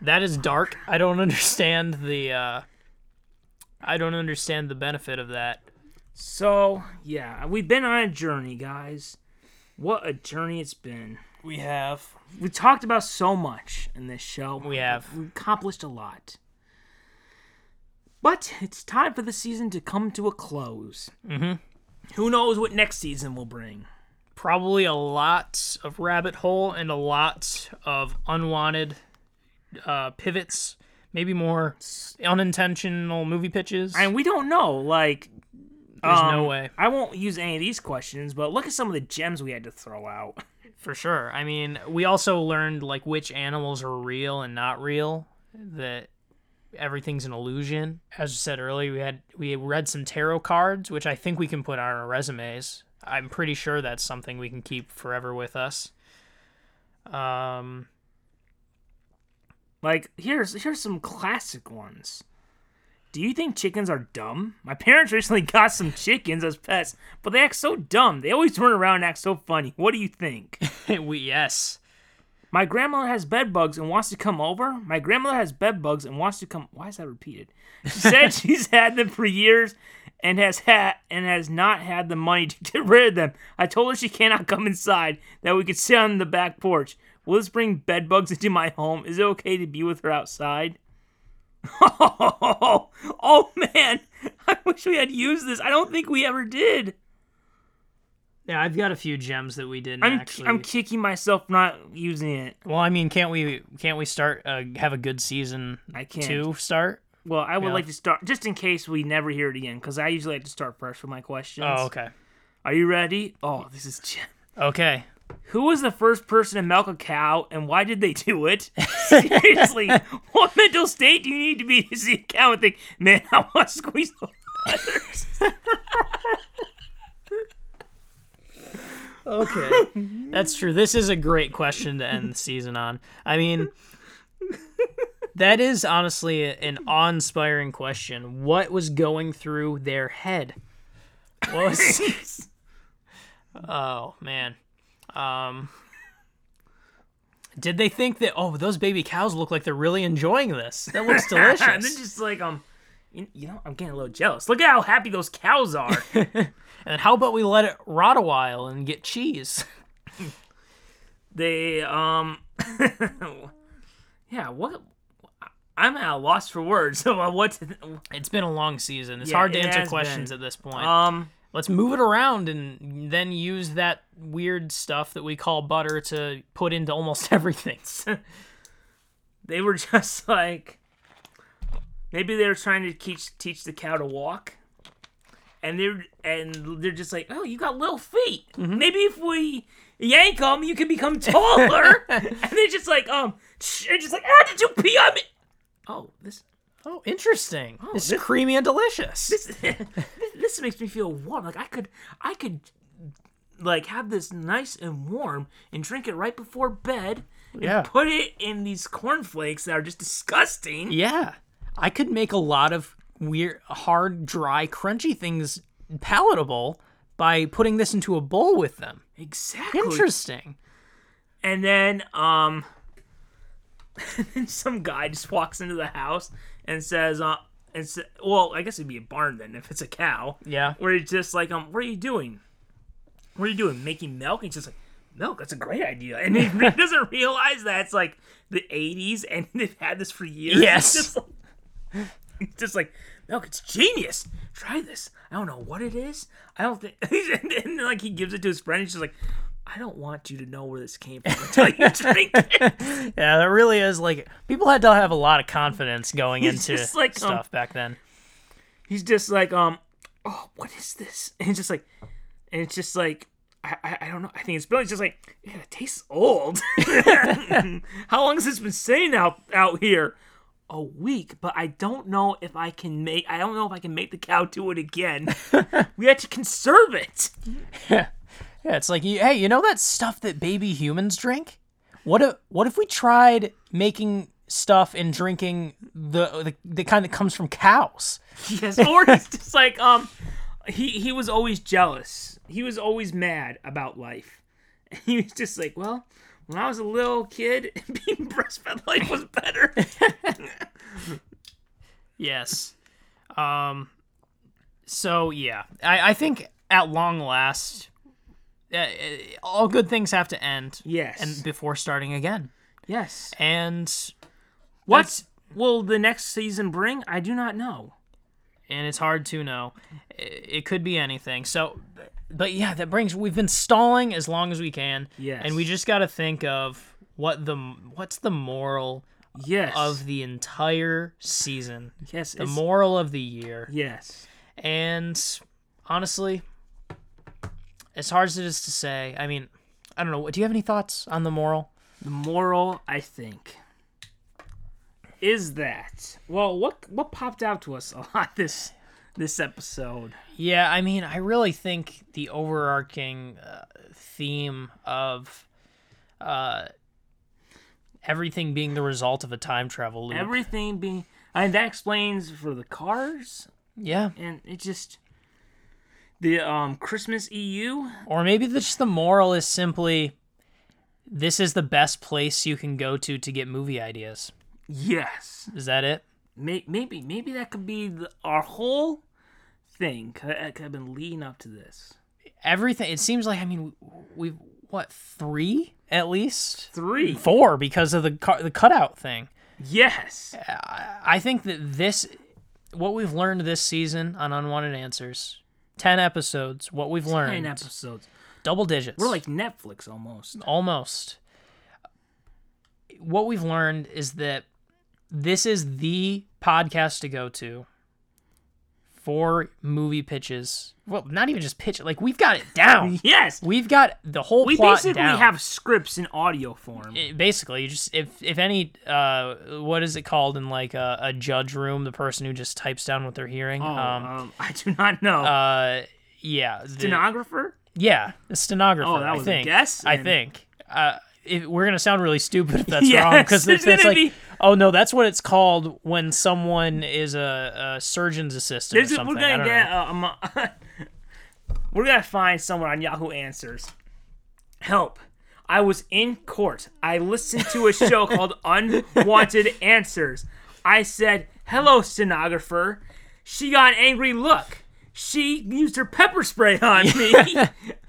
Speaker 1: that is dark. I don't understand the uh, I don't understand the benefit of that.
Speaker 2: So yeah, we've been on a journey, guys. What a journey it's been.
Speaker 1: We have
Speaker 2: We talked about so much in this show.
Speaker 1: We have.
Speaker 2: We accomplished a lot. But it's time for the season to come to a close. Mm-hmm. Who knows what next season will bring?
Speaker 1: probably a lot of rabbit hole and a lot of unwanted uh, pivots. Maybe more unintentional movie pitches.
Speaker 2: And we don't know. Like,
Speaker 1: There's no
Speaker 2: um,
Speaker 1: way.
Speaker 2: I won't use any of these questions, but look at some of the gems we had to throw out.
Speaker 1: For sure. I mean, we also learned like which animals are real and not real. That everything's an illusion. As I said earlier, we had we read some tarot cards, which I think we can put on our resumes. I'm pretty sure that's something we can keep forever with us. Um,
Speaker 2: Like, here's here's some classic ones. Do you think chickens are dumb? My parents recently got some chickens as pets, but they act so dumb. They always run around and act so funny. What do you think?
Speaker 1: we yes.
Speaker 2: My grandmother has bed bugs and wants to come over. My grandmother has bed bugs and wants to come. Why is that repeated? She said she's had them for years and has had and has not had the money to get rid of them. I told her she cannot come inside. That we could sit on the back porch. Will this bring bed bugs into my home? Is it okay to be with her outside? Oh, man, I wish we had used this. I don't think we ever did.
Speaker 1: Yeah, I've got a few gems that we didn't
Speaker 2: I'm
Speaker 1: actually.
Speaker 2: I'm kicking myself for not using it.
Speaker 1: well, I mean, can't we can't we start uh, have a good season
Speaker 2: I can't.
Speaker 1: two start?
Speaker 2: Well, I would
Speaker 1: Yeah.
Speaker 2: like to start just in case we never hear it again, because I usually like to start first with my questions.
Speaker 1: Oh, okay,
Speaker 2: Are you ready? Oh, this is. Ch-
Speaker 1: okay.
Speaker 2: Who was the first person to milk a cow, and why did they do it? Seriously, what mental state do you need to be to see a cow and think, "Man, I want to squeeze the others"?
Speaker 1: Okay. That's true. This is a great question to end the season on. I mean, that is honestly an awe inspiring question. What was going through their head? What was. oh, man. Um. Did they think that oh those baby cows look like they're really enjoying this? That looks
Speaker 2: and then
Speaker 1: delicious.
Speaker 2: just like um, You, you know, I'm getting a little jealous. Look at how happy those cows are.
Speaker 1: And how about we let it rot a while and get cheese?
Speaker 2: they, um, yeah. What? I'm at a loss for words. So uh, what?
Speaker 1: It's been a long season. It's
Speaker 2: Yeah,
Speaker 1: hard to
Speaker 2: it
Speaker 1: answer
Speaker 2: has
Speaker 1: questions
Speaker 2: been.
Speaker 1: at this point.
Speaker 2: Um,
Speaker 1: Let's move it around and then use that weird stuff that we call butter to put into almost everything.
Speaker 2: they were just like, maybe they were trying to teach teach the cow to walk, and they're and they're just like, oh, you got little feet. Maybe if we yank them, you can become taller. and they're just like, um, they're just like, ah, did you pee on me? Oh, this
Speaker 1: oh, interesting. this is
Speaker 2: this-
Speaker 1: creamy and delicious.
Speaker 2: this this makes me feel warm. Like I could I could like have this nice and warm and drink it right before bed.
Speaker 1: yeah.
Speaker 2: Put it in these cornflakes that are just disgusting.
Speaker 1: Yeah. I could make a lot of weird, hard, dry, crunchy things palatable by putting this into a bowl with them.
Speaker 2: Exactly.
Speaker 1: Interesting.
Speaker 2: And then um then some guy just walks into the house and says uh and sa- well, I guess it'd be a barn then if it's a cow.
Speaker 1: Yeah.
Speaker 2: Where he's just like, um, what are you doing? What are you doing? Making milk? And he's just like, milk, that's a great idea. And he re- doesn't realize that it's like the 80s and they've had this for years. It's
Speaker 1: Yes.
Speaker 2: just like, it's just like, milk, it's genius. Try this. I don't know what it is. I don't think. and then, like, he gives it to his friend. And he's just like, I don't want you to know where this came from until you drink it.
Speaker 1: Yeah, that really is like people had to have a lot of confidence going
Speaker 2: It's
Speaker 1: into
Speaker 2: just like, um,
Speaker 1: stuff back then.
Speaker 2: he's just like, um, oh, what is this? And he's just like, and it's just like, I, I, I don't know. I think it's Billy's just like, yeah, it tastes old. How long has this been sitting out out here? A week, but I don't know if I can make. I don't know if I can make the cow do it again. we had to conserve it.
Speaker 1: Yeah, it's like, hey, you know that stuff that baby humans drink? What if what if we tried making stuff and drinking the the, the kind that comes from cows?
Speaker 2: Yes, or he's just like, um, he he was always jealous. He was always mad about life. He was just like, well, when I was a little kid, being breastfed life was better.
Speaker 1: Yes. Um. So yeah, I I think at long last, uh, uh, all good things have to end.
Speaker 2: Yes.
Speaker 1: And before starting again,
Speaker 2: yes.
Speaker 1: and
Speaker 2: What will the next season bring? I do not know.
Speaker 1: and it's hard to know. I- It could be anything. So, but yeah, that brings we've been stalling as long as we can.
Speaker 2: Yes.
Speaker 1: And we just got to think of what the what's the moral
Speaker 2: Yes.
Speaker 1: of the entire season,
Speaker 2: yes.
Speaker 1: the
Speaker 2: it's-
Speaker 1: moral of the year,
Speaker 2: yes.
Speaker 1: and honestly, as hard as it is to say, I mean, I don't know. Do you have any thoughts on the moral?
Speaker 2: The moral, I think, is that well, what what popped out to us a lot this this episode?
Speaker 1: Yeah, I mean, I really think the overarching uh, theme of uh, everything being the result of a time travel loop.
Speaker 2: Everything being, and that explains for the cars
Speaker 1: yeah,
Speaker 2: and it just the um Christmas EU.
Speaker 1: or maybe the, just the moral is simply this is the best place you can go to to get movie ideas.
Speaker 2: Yes,
Speaker 1: Is that it?
Speaker 2: May- maybe maybe that could be the, our whole thing. I, I've been leading up to this
Speaker 1: Everything. It seems like I mean we've what three at least
Speaker 2: three.
Speaker 1: four because of the car, the cutout thing.
Speaker 2: Yes,
Speaker 1: I think that this, what we've learned this season on Unwanted Answers, 10 episodes, what we've learned,
Speaker 2: nine episodes.
Speaker 1: double digits.
Speaker 2: We're like Netflix almost.
Speaker 1: almost. What we've learned is that this is the podcast to go to for movie pitches. Well, not even just pitch, like we've got it down.
Speaker 2: Yes,
Speaker 1: We've got the whole
Speaker 2: we
Speaker 1: Oh. plot
Speaker 2: basically
Speaker 1: down.
Speaker 2: have scripts in audio form.
Speaker 1: it- basically you just if if any uh what is it called in like a, a judge room the person who just types down what they're hearing
Speaker 2: Oh, um,
Speaker 1: um
Speaker 2: I do not know.
Speaker 1: uh yeah the-
Speaker 2: Stenographer.
Speaker 1: yeah the stenographer
Speaker 2: Oh, that
Speaker 1: i
Speaker 2: was a
Speaker 1: think
Speaker 2: guess,
Speaker 1: i
Speaker 2: and-
Speaker 1: think uh if, we're gonna sound really stupid if that's
Speaker 2: Yes,
Speaker 1: wrong because
Speaker 2: it's
Speaker 1: that's, that's
Speaker 2: gonna
Speaker 1: like
Speaker 2: be-
Speaker 1: oh no that's what it's called when someone is a, a surgeon's assistant
Speaker 2: There's
Speaker 1: or
Speaker 2: a-
Speaker 1: something
Speaker 2: we're
Speaker 1: I
Speaker 2: gonna
Speaker 1: don't
Speaker 2: get
Speaker 1: know.
Speaker 2: uh, um, uh, we're gonna find someone on Yahoo Answers. Help! I was in court. I listened to a show called Unwanted Answers. I said, "Hello, stenographer." She got an angry look. She used her pepper spray on me,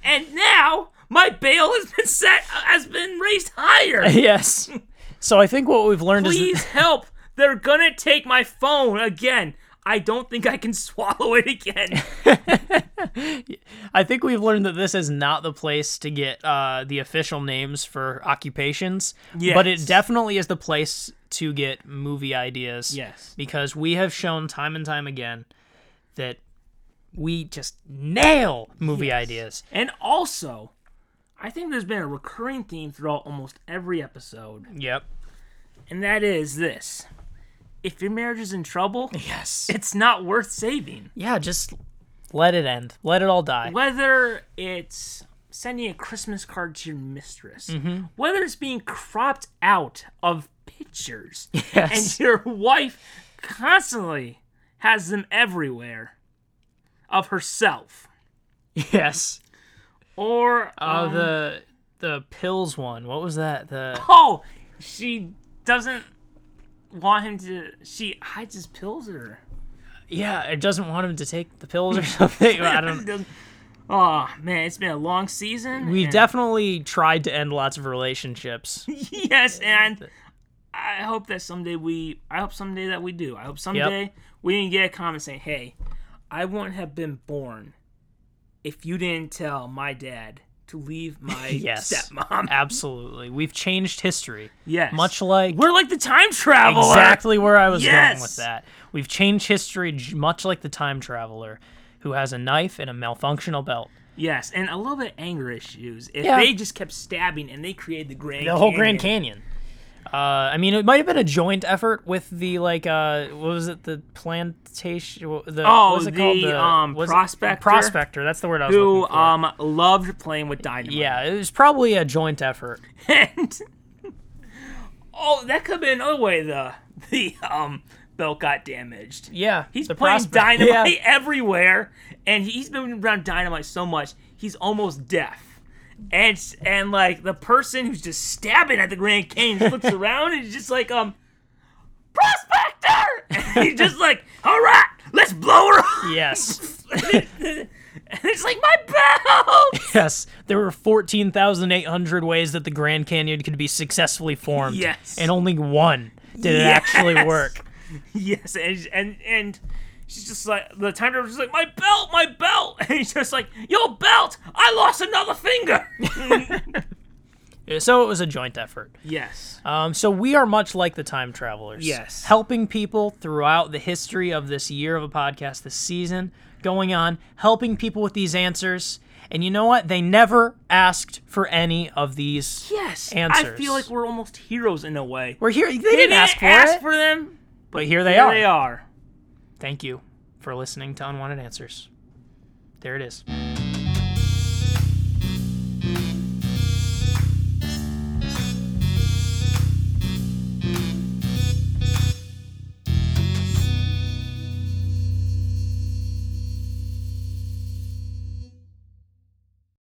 Speaker 2: and now my bail has been set has been raised higher.
Speaker 1: Yes. So I think what we've learned is
Speaker 2: Please help! They're gonna take my phone again. I don't think I can swallow it again.
Speaker 1: I think we've learned that this is not the place to get uh, the official names for occupations, but it
Speaker 2: Yes.
Speaker 1: definitely is the place to get movie ideas.
Speaker 2: Yes.
Speaker 1: Because we have shown time and time again that we just nail movie ideas.
Speaker 2: And also, I think there's been a recurring theme throughout almost every episode,
Speaker 1: Yep.
Speaker 2: and that is this: if your marriage is in trouble,
Speaker 1: Yes.
Speaker 2: it's not worth saving.
Speaker 1: yeah, just let it end. Let it all die.
Speaker 2: whether it's sending a Christmas card to your mistress, whether it's being cropped out of pictures,
Speaker 1: Yes.
Speaker 2: and your wife constantly has them everywhere of herself
Speaker 1: yes.
Speaker 2: or
Speaker 1: Uh,
Speaker 2: of
Speaker 1: the the pills one. What was that? The
Speaker 2: oh, she doesn't want him to. She hides his pills or
Speaker 1: yeah, it doesn't want him to take the pills or something. I don't.
Speaker 2: Oh man, it's been a long season.
Speaker 1: We've
Speaker 2: and-
Speaker 1: definitely tried to end lots of relationships.
Speaker 2: yes, and I hope that someday we, I hope someday that we do. I hope someday we can get a comment saying, "Hey, I wouldn't have been born if you didn't tell my dad to leave my
Speaker 1: Yes.
Speaker 2: stepmom."
Speaker 1: Absolutely. We've changed history.
Speaker 2: Yes,
Speaker 1: Much like
Speaker 2: we're like the time traveler.
Speaker 1: exactly where I was going with
Speaker 2: Yes.
Speaker 1: that. We've changed history j- much like the time traveler who has a knife and a malfunctional belt.
Speaker 2: Yes, and a little bit of anger issues. If
Speaker 1: Yeah.
Speaker 2: they just kept stabbing and they created the Grand,
Speaker 1: The whole Grand Canyon. Uh, I mean, it might have been a joint effort with the like, uh, what was it? The plantation. wha- The,
Speaker 2: Oh,
Speaker 1: what was it called?
Speaker 2: the, um,
Speaker 1: was it-
Speaker 2: Prospector
Speaker 1: prospector. That's the word I was
Speaker 2: Who
Speaker 1: looking for.
Speaker 2: um loved playing with dynamite.
Speaker 1: yeah, it was probably a joint effort.
Speaker 2: And oh, that could be another way the the um belt got damaged.
Speaker 1: Yeah,
Speaker 2: He's
Speaker 1: the
Speaker 2: playing
Speaker 1: prospect-
Speaker 2: dynamite
Speaker 1: Yeah.
Speaker 2: everywhere, and he's been around dynamite so much he's almost deaf. And s- and like the person who's just stabbing at the Grand Canyon just looks around and he's just like um, prospector. And he's just like, all right, let's blow her up.
Speaker 1: Yes.
Speaker 2: And it's like my belt.
Speaker 1: Yes, there were 14,800 ways that the Grand Canyon could be successfully formed.
Speaker 2: Yes.
Speaker 1: And only one did it actually
Speaker 2: Yes.
Speaker 1: work.
Speaker 2: Yes, and and and she's just like the time traveler's just like my belt, my belt, and he's just like yo belt, I lost another finger.
Speaker 1: So it was a joint effort.
Speaker 2: yes,
Speaker 1: Um, so we are much like the time travelers.
Speaker 2: Yes.
Speaker 1: Helping people throughout the history of this year of a podcast, this season going on, helping people with these answers. And you know what? They never asked for any of these
Speaker 2: yes. I
Speaker 1: answers.
Speaker 2: feel like we're almost heroes in a way.
Speaker 1: we're here. They,
Speaker 2: We
Speaker 1: didn't ask for it,
Speaker 2: for them.
Speaker 1: but here they
Speaker 2: Here
Speaker 1: are.
Speaker 2: they are.
Speaker 1: Thank you for listening to Unwanted Answers. There it is.